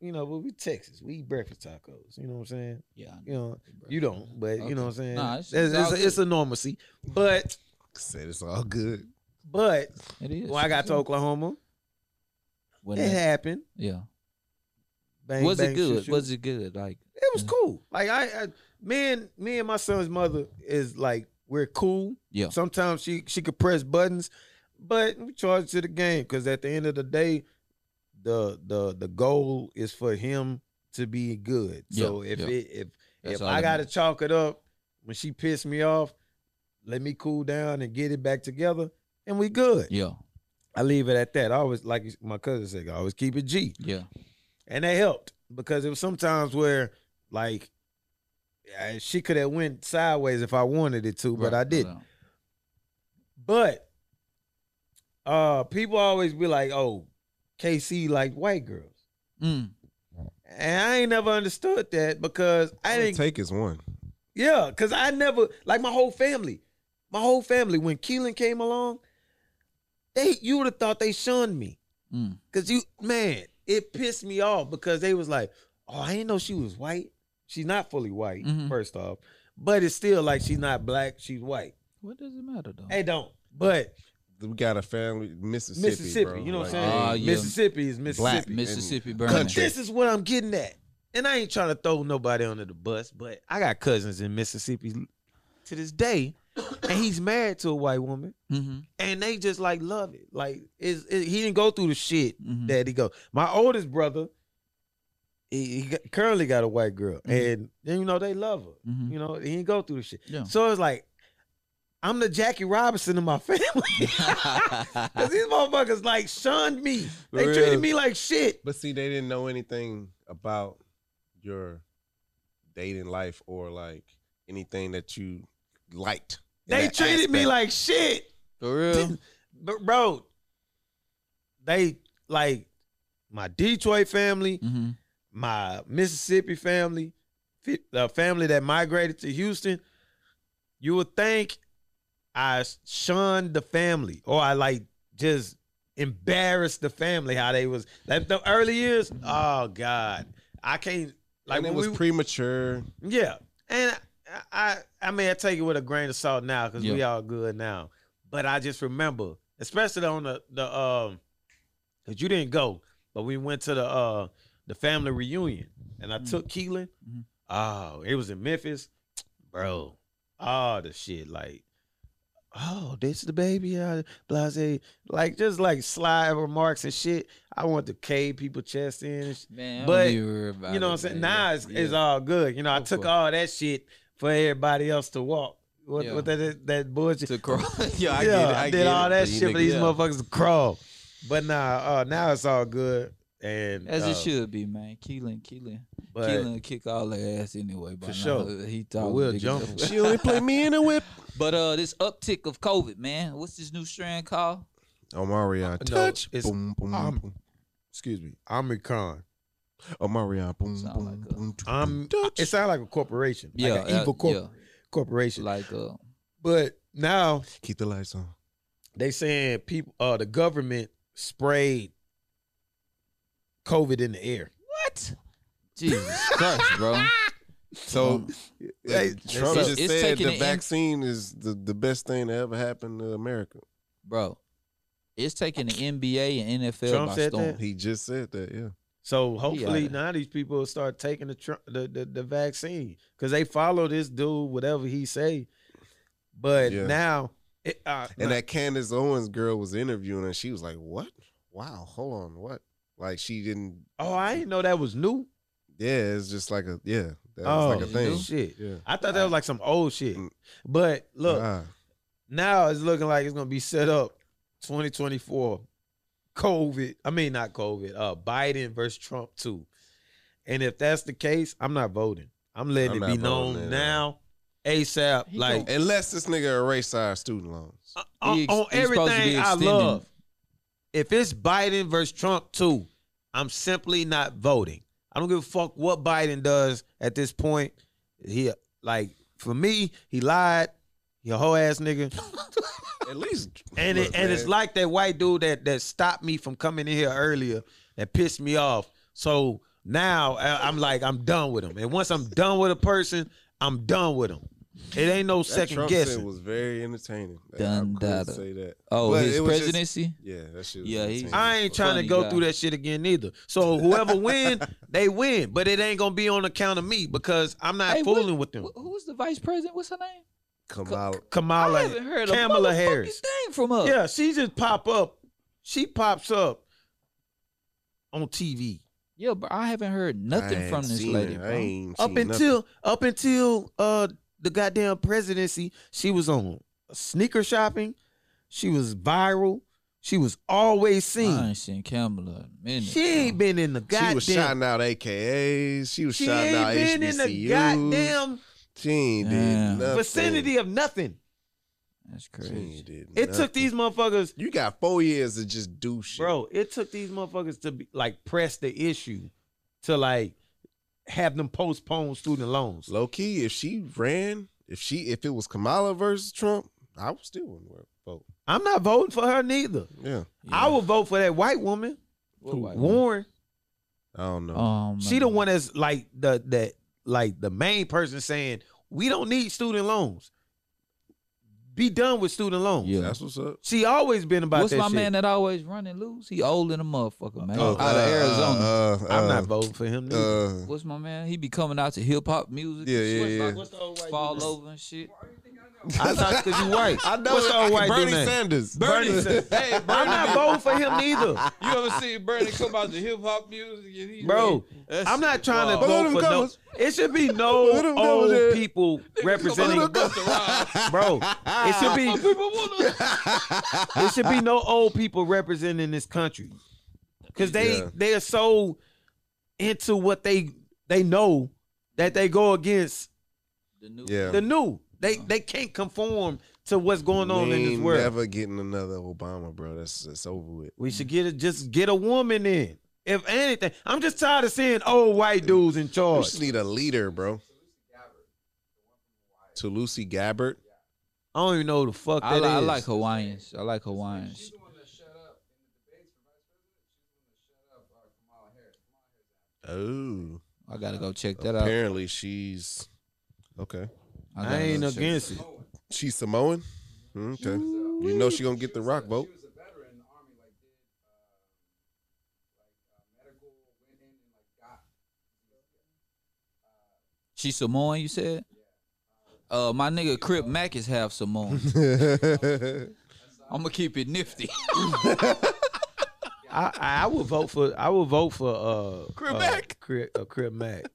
Speaker 2: you know, but we Texas, we eat breakfast tacos. You know what I'm saying?
Speaker 1: Yeah, I know.
Speaker 2: You know, you don't, but you know what I'm saying.
Speaker 1: Nah, it's-
Speaker 2: it's,
Speaker 1: it's all
Speaker 2: it's, a, it's a
Speaker 1: good.
Speaker 2: normalcy, but
Speaker 3: Said it's all good.
Speaker 2: but
Speaker 1: It is.
Speaker 2: when I got to Oklahoma,
Speaker 1: When
Speaker 2: it
Speaker 1: that-
Speaker 2: happened.
Speaker 1: yeah.
Speaker 2: Bang,
Speaker 1: was
Speaker 2: bang,
Speaker 1: it
Speaker 2: shoot,
Speaker 1: good?
Speaker 2: shoot.
Speaker 1: Was it good? Like
Speaker 2: It was
Speaker 1: Yeah.
Speaker 2: cool. Like I, I me and me and my son's mother is like we're cool.
Speaker 1: Yeah.
Speaker 2: Sometimes she she could press buttons, but we charge to the game because at the end of the day, the the the goal is for him to be good. So
Speaker 1: Yeah,
Speaker 2: if
Speaker 1: yeah.
Speaker 2: it if
Speaker 1: That's
Speaker 2: if
Speaker 1: all
Speaker 2: I
Speaker 1: that
Speaker 2: gotta
Speaker 1: matters.
Speaker 2: chalk it up when she pissed me off, let me cool down and get it back together, and we good.
Speaker 1: yeah,
Speaker 2: I leave it at that. I always like my cousin said, I always keep it G
Speaker 1: yeah,
Speaker 2: and that helped because it was sometimes where like I- she could have went sideways if I wanted it to, but
Speaker 1: Right,
Speaker 2: I
Speaker 1: no
Speaker 2: didn't.
Speaker 1: doubt.
Speaker 2: But uh people always be like, "Oh, KC like white girls,"
Speaker 1: Mm.
Speaker 2: and I ain't never understood that because I
Speaker 3: All it
Speaker 2: didn't.
Speaker 3: take is one.
Speaker 2: yeah, because I never like my whole family, my whole family. When Keelan came along, they you would have thought they shunned me.
Speaker 1: Mm.
Speaker 2: Cause you man, it pissed me off because they was like, Oh, I didn't know she was white. She's not fully white,
Speaker 1: Mhm.
Speaker 2: first off. But it's still like she's not black, she's white.
Speaker 1: What does it matter though?
Speaker 2: Hey, don't. But
Speaker 3: We got a family, Mississippi.
Speaker 2: Mississippi,
Speaker 3: bro.
Speaker 2: you know what I'm
Speaker 3: Like,
Speaker 2: saying?
Speaker 1: Ah,
Speaker 3: hey,
Speaker 1: yeah.
Speaker 2: Mississippi is Mississippi.
Speaker 1: Mississippi
Speaker 3: and
Speaker 1: burning.
Speaker 2: But
Speaker 3: country.
Speaker 2: this is what I'm getting at. And I ain't trying to throw nobody under the bus, but I got cousins in Mississippi to this day. And he's married to a white woman.
Speaker 1: Mm-hmm.
Speaker 2: And they just like love it. Like is it, he didn't go through the shit
Speaker 3: Mm.
Speaker 1: Mhm.
Speaker 2: that he go. My oldest brother, he, he got- currently got a white girl,
Speaker 1: Mhm.
Speaker 3: Mm-hmm.
Speaker 2: and then you know they love her.
Speaker 1: Mhm.
Speaker 2: You know he didn't go through the shit.
Speaker 3: Oh.
Speaker 1: Yeah.
Speaker 2: So it's like I'm the Jackie Robinson of my family
Speaker 1: mm-hmm.
Speaker 2: because these motherfuckers like shunned me. They
Speaker 1: Real.
Speaker 2: treated me like shit.
Speaker 3: But see, they didn't know anything about your dating life or like anything that you liked. in
Speaker 2: They
Speaker 3: that
Speaker 2: treated me
Speaker 3: aspect.
Speaker 2: like shit.
Speaker 1: For real?
Speaker 2: But bro, they like my Detroit family,
Speaker 1: mm-hmm.
Speaker 2: my Mississippi family, fi- the family that migrated to Houston, you would think I shunned the family or I like just embarrassed the family how they was like the early years. Oh God, I can't like
Speaker 3: and it
Speaker 2: when
Speaker 3: was
Speaker 2: we-
Speaker 3: premature.
Speaker 2: yeah, and I, I I mean I take it with a grain of salt now because we all good now. But I just remember, especially on the the um, cause you didn't go, but we went to the uh the family reunion, and I
Speaker 1: Mhm.
Speaker 2: took Keelan.
Speaker 1: Mhm.
Speaker 2: Oh, it was in Memphis, bro. All the shit like. Oh, this the baby, uh, blase, like just like sly remarks and shit. I want to cave people chest in, and shit.
Speaker 1: Man, I
Speaker 2: But,
Speaker 1: don't even worry about
Speaker 2: You know
Speaker 1: it,
Speaker 2: what I'm saying?
Speaker 1: man.
Speaker 2: Nah, it's, it's
Speaker 1: Yeah.
Speaker 2: all good. You know, I
Speaker 1: Go
Speaker 2: took
Speaker 1: for it.
Speaker 2: all that shit for everybody else to walk. What,
Speaker 1: Yeah.
Speaker 2: what that that bullshit?
Speaker 1: to cross. yeah, I
Speaker 2: yeah, I,
Speaker 1: get it. I
Speaker 2: did all that shit for these
Speaker 1: motherfuckers.
Speaker 2: motherfuckers to crawl. But nah, uh, now it's all good. And
Speaker 1: As
Speaker 2: uh,
Speaker 1: it should be, man. Keelan, Keelan.
Speaker 2: but
Speaker 1: Keelan will kick all their ass anyway. By
Speaker 2: For
Speaker 1: now.
Speaker 2: sure.
Speaker 1: He thought
Speaker 2: But we'll jump him.
Speaker 3: She only play me in a whip.
Speaker 1: But uh, this uptick of COVID, man. What's this new strand called?
Speaker 3: Omarion,
Speaker 2: no,
Speaker 3: touch.
Speaker 2: it's-
Speaker 3: boom, boom,
Speaker 2: I'm-
Speaker 3: boom. Excuse me.
Speaker 2: Omicron.
Speaker 3: Omarion, boom,
Speaker 1: Sound
Speaker 3: boom,
Speaker 1: like a-
Speaker 3: boom. touch.
Speaker 2: I'm. It sounds like a corporation. Yeah, like an
Speaker 1: uh,
Speaker 2: evil corp-
Speaker 1: yeah.
Speaker 2: corporation.
Speaker 1: Like uh,
Speaker 2: but now
Speaker 3: Keep the lights on.
Speaker 2: they saying people, uh, the government sprayed COVID in the air.
Speaker 1: what? Jesus Christ, bro.
Speaker 3: So
Speaker 2: Hey,
Speaker 3: Trump
Speaker 1: it's-
Speaker 3: just
Speaker 1: it's
Speaker 3: said
Speaker 1: taking
Speaker 3: the
Speaker 1: an in-
Speaker 3: vaccine is the, the best thing that ever happened to America.
Speaker 1: bro. It's taking the NBA and NFL
Speaker 2: Trump
Speaker 1: by
Speaker 2: said
Speaker 1: storm.
Speaker 2: that?
Speaker 3: He just said that, yeah.
Speaker 2: So hopefully
Speaker 1: outta-
Speaker 2: now these people will start taking the tr- the, the the vaccine because they follow this dude whatever he say. But
Speaker 3: Yeah.
Speaker 2: now, it, uh,
Speaker 3: And that Candace Owens girl was interviewing and she was like, What? Wow, hold on, what? Like she didn't
Speaker 2: oh, I didn't know that was new.
Speaker 3: Yeah, it's just like a yeah, that
Speaker 2: oh
Speaker 3: was like a thing.
Speaker 2: shit!
Speaker 3: Yeah.
Speaker 2: I thought that was like some old shit.
Speaker 3: Mm.
Speaker 2: But look,
Speaker 3: Nah.
Speaker 2: now it's looking like it's gonna be set up 2024 covid i mean not covid uh biden versus trump too and if that's the case i'm not voting i'm letting
Speaker 3: I'm
Speaker 2: it
Speaker 3: not
Speaker 2: be known
Speaker 3: voting,
Speaker 2: now asap
Speaker 1: He
Speaker 2: like
Speaker 3: unless this nigga erased our student loans.
Speaker 2: on,
Speaker 1: He ex-
Speaker 2: on
Speaker 1: he's supposed to be
Speaker 2: everything i
Speaker 1: extending-
Speaker 2: love if it's biden versus trump too i'm simply not voting i don't give a fuck what biden does at this point he like for me he lied he a whole ass nigga
Speaker 3: At least
Speaker 2: uh, And
Speaker 3: Look,
Speaker 2: it, and it's
Speaker 3: man.
Speaker 2: like that white dude that that stopped me from coming in here earlier that pissed me off. So now I, am like I'm done with him. And once I'm done with a person, I'm done with him. It ain't no
Speaker 3: that
Speaker 2: second
Speaker 3: Trump
Speaker 2: guessing.
Speaker 3: shit was very entertaining. I
Speaker 1: Dun
Speaker 3: couldn't
Speaker 1: dada.
Speaker 3: say that.
Speaker 1: Oh,
Speaker 3: But
Speaker 1: his
Speaker 3: it was just-
Speaker 1: presidency.
Speaker 3: yeah, that shit was
Speaker 1: Yeah, he-
Speaker 3: entertaining.
Speaker 2: I ain't trying
Speaker 1: Funny
Speaker 2: to go
Speaker 1: guy.
Speaker 2: through that shit again neither. So whoever win, they win. But it ain't gonna be on account of me because I'm not
Speaker 1: Hey, what-
Speaker 2: fooling with them.
Speaker 1: Wh- Who was the vice president? What's her name?
Speaker 3: Kamala.
Speaker 1: I
Speaker 2: Kamala,
Speaker 1: haven't heard
Speaker 2: Kamala
Speaker 1: a motherfucking
Speaker 2: Harris.
Speaker 1: thing from her.
Speaker 2: yeah, she just pop up. She pops up on TV.
Speaker 1: yeah, but I haven't heard nothing
Speaker 3: I ain't
Speaker 1: from this
Speaker 3: seen
Speaker 1: lady.
Speaker 3: it.
Speaker 1: Bro.
Speaker 3: I ain't
Speaker 2: up
Speaker 3: seen nothing.
Speaker 2: until up until uh the goddamn presidency, she was on sneaker shopping. She was viral. She was
Speaker 1: I
Speaker 2: always seen.
Speaker 1: ain't seen Kamala in a minute.
Speaker 2: She ain't been in the
Speaker 3: she
Speaker 2: goddamn.
Speaker 3: was shouting out AKAs. She was
Speaker 2: she
Speaker 3: shouting
Speaker 2: ain't
Speaker 3: out
Speaker 2: been in the
Speaker 3: HBCUs.
Speaker 2: goddamn
Speaker 3: She ain't did
Speaker 1: Damn.
Speaker 3: nothing.
Speaker 2: vicinity of nothing.
Speaker 1: That's
Speaker 3: She
Speaker 1: crazy.
Speaker 3: ain't did
Speaker 2: It
Speaker 3: nothing.
Speaker 2: took these motherfuckers,
Speaker 3: You got four years to just do shit,
Speaker 2: bro. It took these motherfuckers to be like press the issue, to like have them postpone student loans.
Speaker 3: Low key, if she ran, if she, if it was Kamala versus Trump, I would still wouldn't work. Vote.
Speaker 2: I'm not voting for her neither.
Speaker 3: Yeah,
Speaker 2: I would vote for that white woman,
Speaker 1: What white woman?
Speaker 2: Warren.
Speaker 3: I don't know.
Speaker 1: Um,
Speaker 2: She the one that's like the that like the main person saying we don't need student loans. Be done with student loans.
Speaker 1: Yeah.
Speaker 3: That's what's up.
Speaker 2: She always been about
Speaker 1: What's
Speaker 2: that
Speaker 1: my
Speaker 2: shit.
Speaker 1: man that always running loose? He old in a motherfucker, man.
Speaker 3: Oh,
Speaker 1: Out of
Speaker 3: uh,
Speaker 1: Arizona.
Speaker 3: uh, uh,
Speaker 2: I'm not
Speaker 3: uh,
Speaker 2: voting for him. neither.
Speaker 3: Uh,
Speaker 1: What's my man? He be coming out to hip hop music.
Speaker 3: Yeah,
Speaker 1: and shit,
Speaker 3: yeah, yeah.
Speaker 1: like, Fall over and shit.
Speaker 2: I thought because you white.
Speaker 3: I know.
Speaker 2: What's the old white
Speaker 3: Bernie
Speaker 2: dude name?
Speaker 3: Sanders.
Speaker 2: Bernie Sanders.
Speaker 1: Hey,
Speaker 2: I'm not voting for him neither,
Speaker 1: You ever see Bernie come out to hip hop music? And he
Speaker 2: bro.
Speaker 1: That's-
Speaker 2: I'm not trying to
Speaker 1: Wow.
Speaker 3: Let
Speaker 2: vote
Speaker 3: him
Speaker 2: for
Speaker 3: go.
Speaker 2: no. It should be
Speaker 3: Let
Speaker 2: no
Speaker 3: him go with
Speaker 2: old
Speaker 3: that.
Speaker 2: people representing, bro. It should be
Speaker 1: People wanna-
Speaker 2: it should be no old people representing this country because they
Speaker 3: Yeah.
Speaker 2: they are so into what they they know that they go against
Speaker 1: The new-
Speaker 3: Yeah.
Speaker 2: the new they they can't conform to what's going on
Speaker 3: we
Speaker 2: in this
Speaker 3: ain't
Speaker 2: world
Speaker 3: Never getting another Obama, bro. That's that's over with.
Speaker 2: we should get a, just get a woman in if anything i'm just tired of seeing old white dudes in
Speaker 3: We
Speaker 2: charge
Speaker 3: just need a leader, bro. To Lucy Gabbard.
Speaker 2: i don't even know who the fuck that
Speaker 1: I,
Speaker 2: is.
Speaker 1: li- I like Hawaiians. I like Hawaiians.
Speaker 3: Oh,
Speaker 1: I gotta go check that out.
Speaker 3: apparently she's okay.
Speaker 1: I,
Speaker 2: i
Speaker 1: gotta
Speaker 2: ain't
Speaker 1: go check-
Speaker 2: against it
Speaker 3: She's Samoan. Okay, you know she gonna get the rock vote.
Speaker 1: She Samoan, you said? Uh, my nigga Crip Mac is half Samoan. I'm gonna keep it nifty.
Speaker 2: I, I I would vote for I would vote for uh
Speaker 1: Crib
Speaker 2: uh,
Speaker 1: Mac.
Speaker 2: Crib, uh, Crib Mac.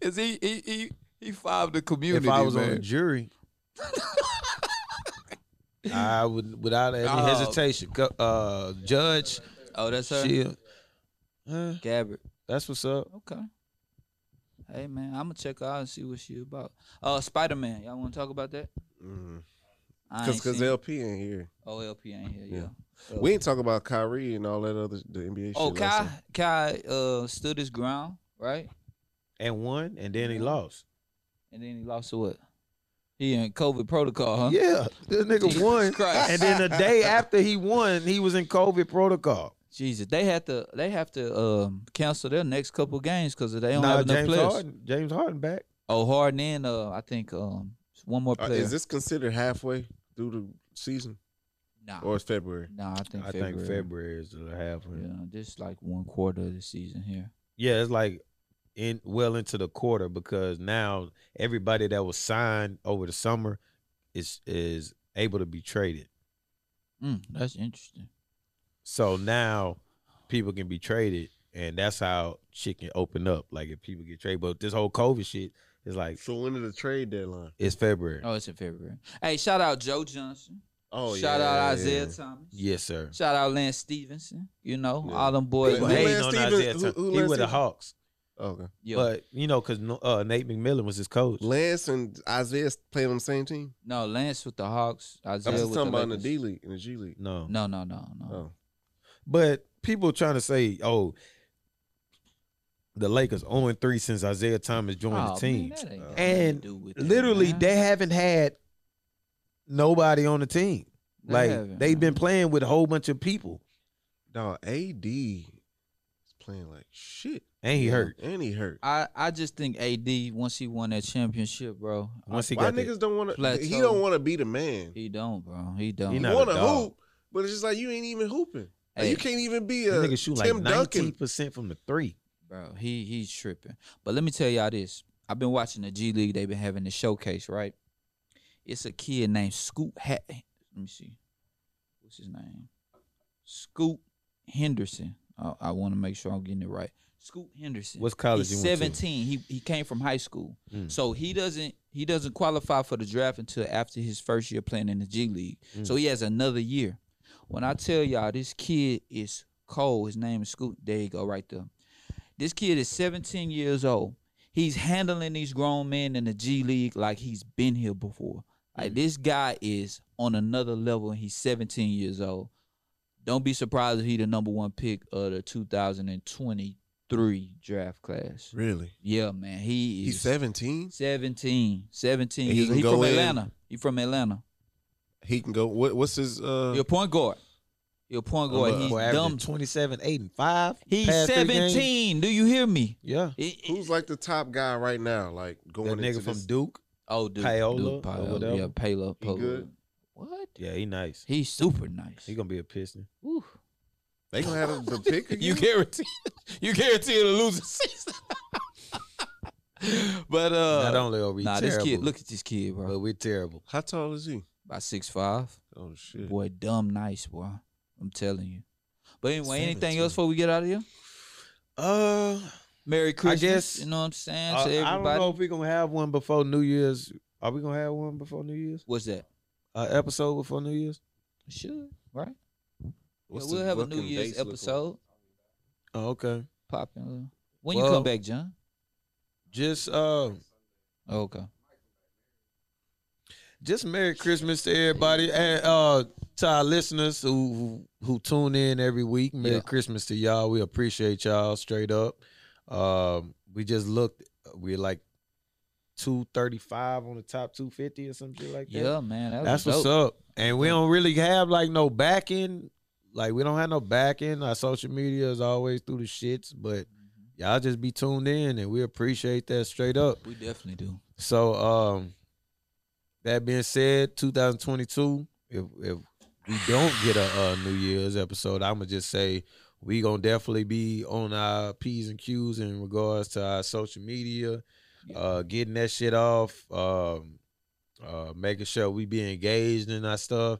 Speaker 1: Is he he he he five the community?
Speaker 2: if I was
Speaker 1: man.
Speaker 2: on a jury, I would, without any
Speaker 1: Oh.
Speaker 2: hesitation, co- uh, judge.
Speaker 1: oh, that's her.
Speaker 2: She, Huh?
Speaker 1: Gabbard.
Speaker 2: That's what's up.
Speaker 1: Okay. Hey man, I'm gonna check her out and see what she about. Uh, Spider Man, y'all want to talk about that?
Speaker 3: Because
Speaker 1: I ain't
Speaker 3: because
Speaker 1: seen-
Speaker 3: LP ain't here.
Speaker 1: OLP ain't here. Yeah.
Speaker 3: Yeah. We ain't talking about Kyrie and all that other the NBA shit.
Speaker 1: oh, Kai,
Speaker 3: last time.
Speaker 1: Kai uh, stood his ground, right?
Speaker 2: And won, and then he lost.
Speaker 1: And then he lost to what? He in COVID protocol, huh?
Speaker 2: Yeah, this nigga
Speaker 1: Jesus
Speaker 2: won.
Speaker 1: Christ.
Speaker 2: And then the day after he won, he was in COVID protocol.
Speaker 1: Jesus, they have to they have to um, cancel their next couple games because they don't
Speaker 2: Nah,
Speaker 1: have enough
Speaker 2: James
Speaker 1: players.
Speaker 2: Harden, James Harden back.
Speaker 1: Oh, Harden and uh, I think um, one more
Speaker 3: Uh,
Speaker 1: player.
Speaker 3: is this considered halfway through the season
Speaker 1: nah,
Speaker 3: or is February?
Speaker 1: nah, I think
Speaker 2: I
Speaker 1: February.
Speaker 2: think February is the half. Yeah.
Speaker 1: Yeah, just like one quarter of the season here.
Speaker 2: yeah, it's like in well into the quarter because now everybody that was signed over the summer is is able to be traded.
Speaker 1: Mm, that's interesting.
Speaker 2: So now people can be traded, and that's how shit can open up. Like if people get traded, but this whole COVID shit is like
Speaker 3: So when is the trade deadline?
Speaker 2: it's February.
Speaker 1: Oh, it's in February. Hey, shout out Joe Johnson.
Speaker 3: Oh,
Speaker 1: shout
Speaker 3: yeah,
Speaker 1: out
Speaker 3: yeah,
Speaker 1: Isaiah
Speaker 3: yeah.
Speaker 1: Thomas.
Speaker 2: Yes, sir.
Speaker 1: Shout out Lance Stevenson. You know,
Speaker 3: Yeah.
Speaker 1: all them boys.
Speaker 2: People
Speaker 3: Who
Speaker 1: Hey,
Speaker 2: hating
Speaker 3: Lance
Speaker 2: on
Speaker 3: Stevens-
Speaker 2: Isaiah
Speaker 3: who-
Speaker 2: Thomas.
Speaker 3: who
Speaker 2: he
Speaker 3: Lance
Speaker 2: with the
Speaker 3: Stevens?
Speaker 2: Hawks,
Speaker 3: Okay.
Speaker 1: yo,
Speaker 2: but you know, cause no- uh, Nate McMillan was his coach.
Speaker 3: Lance and Isaiah playing on the same team.
Speaker 1: no, Lance with the Hawks. Isaiah
Speaker 3: I'm just
Speaker 1: with
Speaker 3: talking
Speaker 1: the
Speaker 3: about in the
Speaker 1: Lakers.
Speaker 3: D League, in the G League.
Speaker 2: No,
Speaker 1: No, no, no, no.
Speaker 3: Oh,
Speaker 2: but people trying to say, oh, the Lakers 0 3 since Isaiah Thomas joined
Speaker 1: Oh, man,
Speaker 2: the team.
Speaker 1: that ain't got nothing
Speaker 2: And
Speaker 1: to do with it,
Speaker 2: Literally,
Speaker 1: man.
Speaker 2: they haven't had nobody on the team.
Speaker 1: They
Speaker 2: Like
Speaker 1: haven't,
Speaker 2: they've
Speaker 1: man.
Speaker 2: been playing with a whole bunch of people,
Speaker 3: dog. AD is playing like shit,
Speaker 2: and he hurt.
Speaker 3: and he hurt.
Speaker 1: I, I just think AD once he won that championship, bro.
Speaker 2: Once he
Speaker 3: Why
Speaker 2: got
Speaker 3: niggas
Speaker 2: that,
Speaker 3: don't want to? He
Speaker 1: plateau.
Speaker 3: don't want to be the man. He,
Speaker 1: He don't, bro. He don't.
Speaker 2: He not a
Speaker 3: want to
Speaker 2: dog.
Speaker 3: hoop, but it's just like you ain't even hooping. Like,
Speaker 1: Hey.
Speaker 3: you can't even be a
Speaker 2: that nigga shoot like
Speaker 3: Tim
Speaker 2: nineteen
Speaker 3: Duncan.
Speaker 2: percent from the three.
Speaker 1: bro. He he's tripping. But let me tell y'all this. I've been watching the G League. They've been having the showcase, right? It's a kid named Scoot. Ha- let me see. What's his name? Scoot Henderson. Oh, I, I want to make sure I'm getting it right. Scoot Henderson.
Speaker 2: What's college
Speaker 1: He's
Speaker 2: you went to?
Speaker 1: 17. He he came from high school.
Speaker 2: Mm.
Speaker 1: So he doesn't he doesn't qualify for the draft until after his first year playing in the G League.
Speaker 2: Mm.
Speaker 1: So he has another year. When I tell y'all this kid is cold, his name is Scoot. There you go, right there. This kid is 17 years old. He's handling these grown men in the G League like he's been here before. Like
Speaker 3: Mm.
Speaker 1: this guy is on another level and he's 17 years old. Don't be surprised if he the number one pick of the 2023 draft class.
Speaker 3: Really?
Speaker 1: Yeah, man. He is
Speaker 3: He's 17.
Speaker 1: 17. 17
Speaker 3: And he
Speaker 1: years old.
Speaker 3: can
Speaker 1: He
Speaker 3: go
Speaker 1: from
Speaker 3: in.
Speaker 1: Atlanta. He from Atlanta.
Speaker 3: He can go. What, what's his? uh
Speaker 1: Your point guard. Your point
Speaker 3: I'm
Speaker 1: guard.
Speaker 3: a-
Speaker 1: He's
Speaker 2: Boy, averaging
Speaker 1: dumb.
Speaker 2: 27, 8, and 5.
Speaker 1: He's
Speaker 2: past three games.
Speaker 1: 17. Do you hear me?
Speaker 2: Yeah.
Speaker 1: It- it-
Speaker 3: Who's like the top guy right now? Like
Speaker 2: That
Speaker 3: going into
Speaker 2: nigga from
Speaker 3: this?
Speaker 2: Duke.
Speaker 1: oh, dude.
Speaker 2: Paola
Speaker 1: Dude,
Speaker 2: or whatever.
Speaker 1: Yeah, Paola.
Speaker 3: He
Speaker 1: Paola.
Speaker 3: good?
Speaker 1: What?
Speaker 2: Yeah, he nice.
Speaker 1: He's super nice.
Speaker 2: He gonna be a piston.
Speaker 1: Ooh.
Speaker 3: They gonna have the pick again.
Speaker 1: you guarantee. You guarantee to lose a season. but uh,
Speaker 2: Not only are we
Speaker 1: nah, this
Speaker 2: terrible,
Speaker 1: kid. Look at this kid, bro.
Speaker 2: but we're terrible.
Speaker 3: How tall is he?
Speaker 1: About six five.
Speaker 3: Oh shit.
Speaker 1: Boy, dumb nice, boy. I'm telling you. But anyway, anything
Speaker 3: 17.
Speaker 1: else before we get out of here?
Speaker 2: Uh,
Speaker 1: Merry Christmas.
Speaker 2: guess- uh,
Speaker 1: you know what I'm saying
Speaker 2: I
Speaker 1: to
Speaker 2: I don't
Speaker 1: everybody.
Speaker 2: know if we're gonna have one before New Year's. Are we gonna have one before New Year's?
Speaker 1: What's that?
Speaker 2: An episode before New Year's?
Speaker 1: Should right?
Speaker 3: What's
Speaker 1: Yeah, we'll
Speaker 3: the
Speaker 1: have a
Speaker 3: fucking
Speaker 1: New Year's
Speaker 3: dates look like?
Speaker 1: episode
Speaker 2: Oh, okay.
Speaker 1: popping. When you
Speaker 2: Well-
Speaker 1: come back, John?
Speaker 2: Just uh,
Speaker 1: Oh, okay.
Speaker 2: just Merry Christmas to everybody and uh to our listeners who who, who tune in every week. Merry
Speaker 1: Yeah.
Speaker 2: Christmas to y'all. We appreciate y'all straight up. Um, we just looked. We're like two thirty five on the top two fifty or some shit like that.
Speaker 1: Yeah, man. That was
Speaker 2: That's what's
Speaker 1: dope.
Speaker 2: up. And we don't really have like no back end. Like we don't have no back end. Our social media is always through the shits, but
Speaker 1: Mm-hmm.
Speaker 2: y'all just be tuned in and we appreciate that straight up.
Speaker 1: We definitely do.
Speaker 2: So um that being said, 2022, if if we don't get a, uh New Year's episode, I'ma just say we gonna definitely be on our P's and Q's in regards to our social media,
Speaker 1: Yeah.
Speaker 2: uh getting that shit off, um uh making sure we be engaged in our stuff.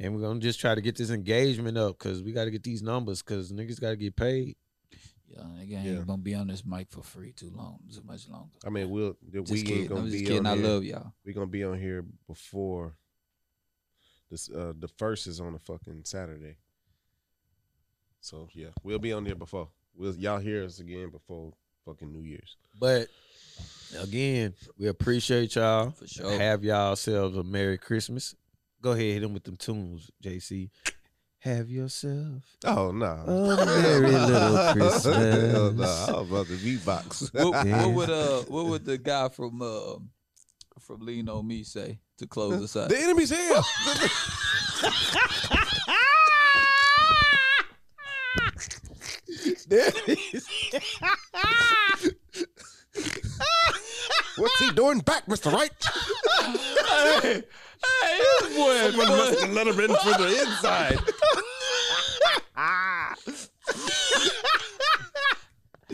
Speaker 2: And we're gonna just try to get this engagement up because we gotta get these numbers because niggas gotta get paid.
Speaker 1: Yeah, again,
Speaker 3: Yeah.
Speaker 1: ain't gonna be on this mic for free too long, too much longer.
Speaker 3: I mean, we'll
Speaker 1: Just
Speaker 3: we ain't
Speaker 1: kidding.
Speaker 3: gonna
Speaker 1: I'm just
Speaker 3: be
Speaker 1: kidding.
Speaker 3: on
Speaker 1: I
Speaker 3: here.
Speaker 1: love y'all.
Speaker 3: we gonna be on here before this. Uh, the first is on a fucking Saturday, so yeah, we'll be on there before. We'll, y'all hear us again before fucking New Year's.
Speaker 2: But again, we appreciate y'all.
Speaker 1: For sure.
Speaker 2: Have y'all selves a Merry Christmas. Go ahead, hit them with them tunes, JC. Have yourself.
Speaker 3: Oh no.
Speaker 2: A very little Christmas.
Speaker 3: Hell no, I was about to beatbox.
Speaker 1: what,
Speaker 2: Yeah.
Speaker 1: what would uh what would the guy from uh, from Lean on Me say to close us out?
Speaker 3: the enemy's here. What's he doing back, Mr. Wright?
Speaker 1: hey, hey, this boy,
Speaker 3: Someone must
Speaker 1: boy.
Speaker 3: have let him in from the inside.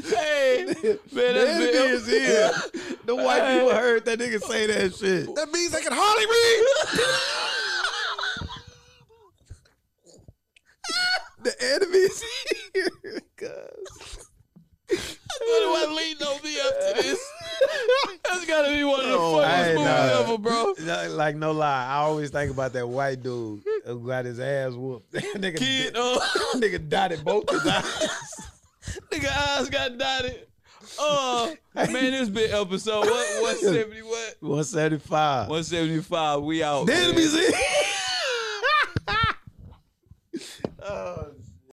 Speaker 1: hey, man, that's
Speaker 3: enemy
Speaker 1: been-
Speaker 3: is here.
Speaker 2: The white people heard that nigga say that shit.
Speaker 3: That means they can hardly read.
Speaker 2: The enemy is here.
Speaker 1: What do I lean on me up to this? That's gotta be one of the
Speaker 3: Oh,
Speaker 1: funniest
Speaker 2: I
Speaker 1: movies
Speaker 2: know.
Speaker 1: ever, bro.
Speaker 2: No, like no lie, I always think about that white dude who got his ass whooped. That nigga,
Speaker 1: Kid, uh,
Speaker 2: nigga dotted both his eyes.
Speaker 1: nigga eyes got dotted. Oh man, this been episode what one seventy what
Speaker 2: 175.
Speaker 1: one seventy five. We out.
Speaker 2: The
Speaker 1: man.
Speaker 2: enemy's in.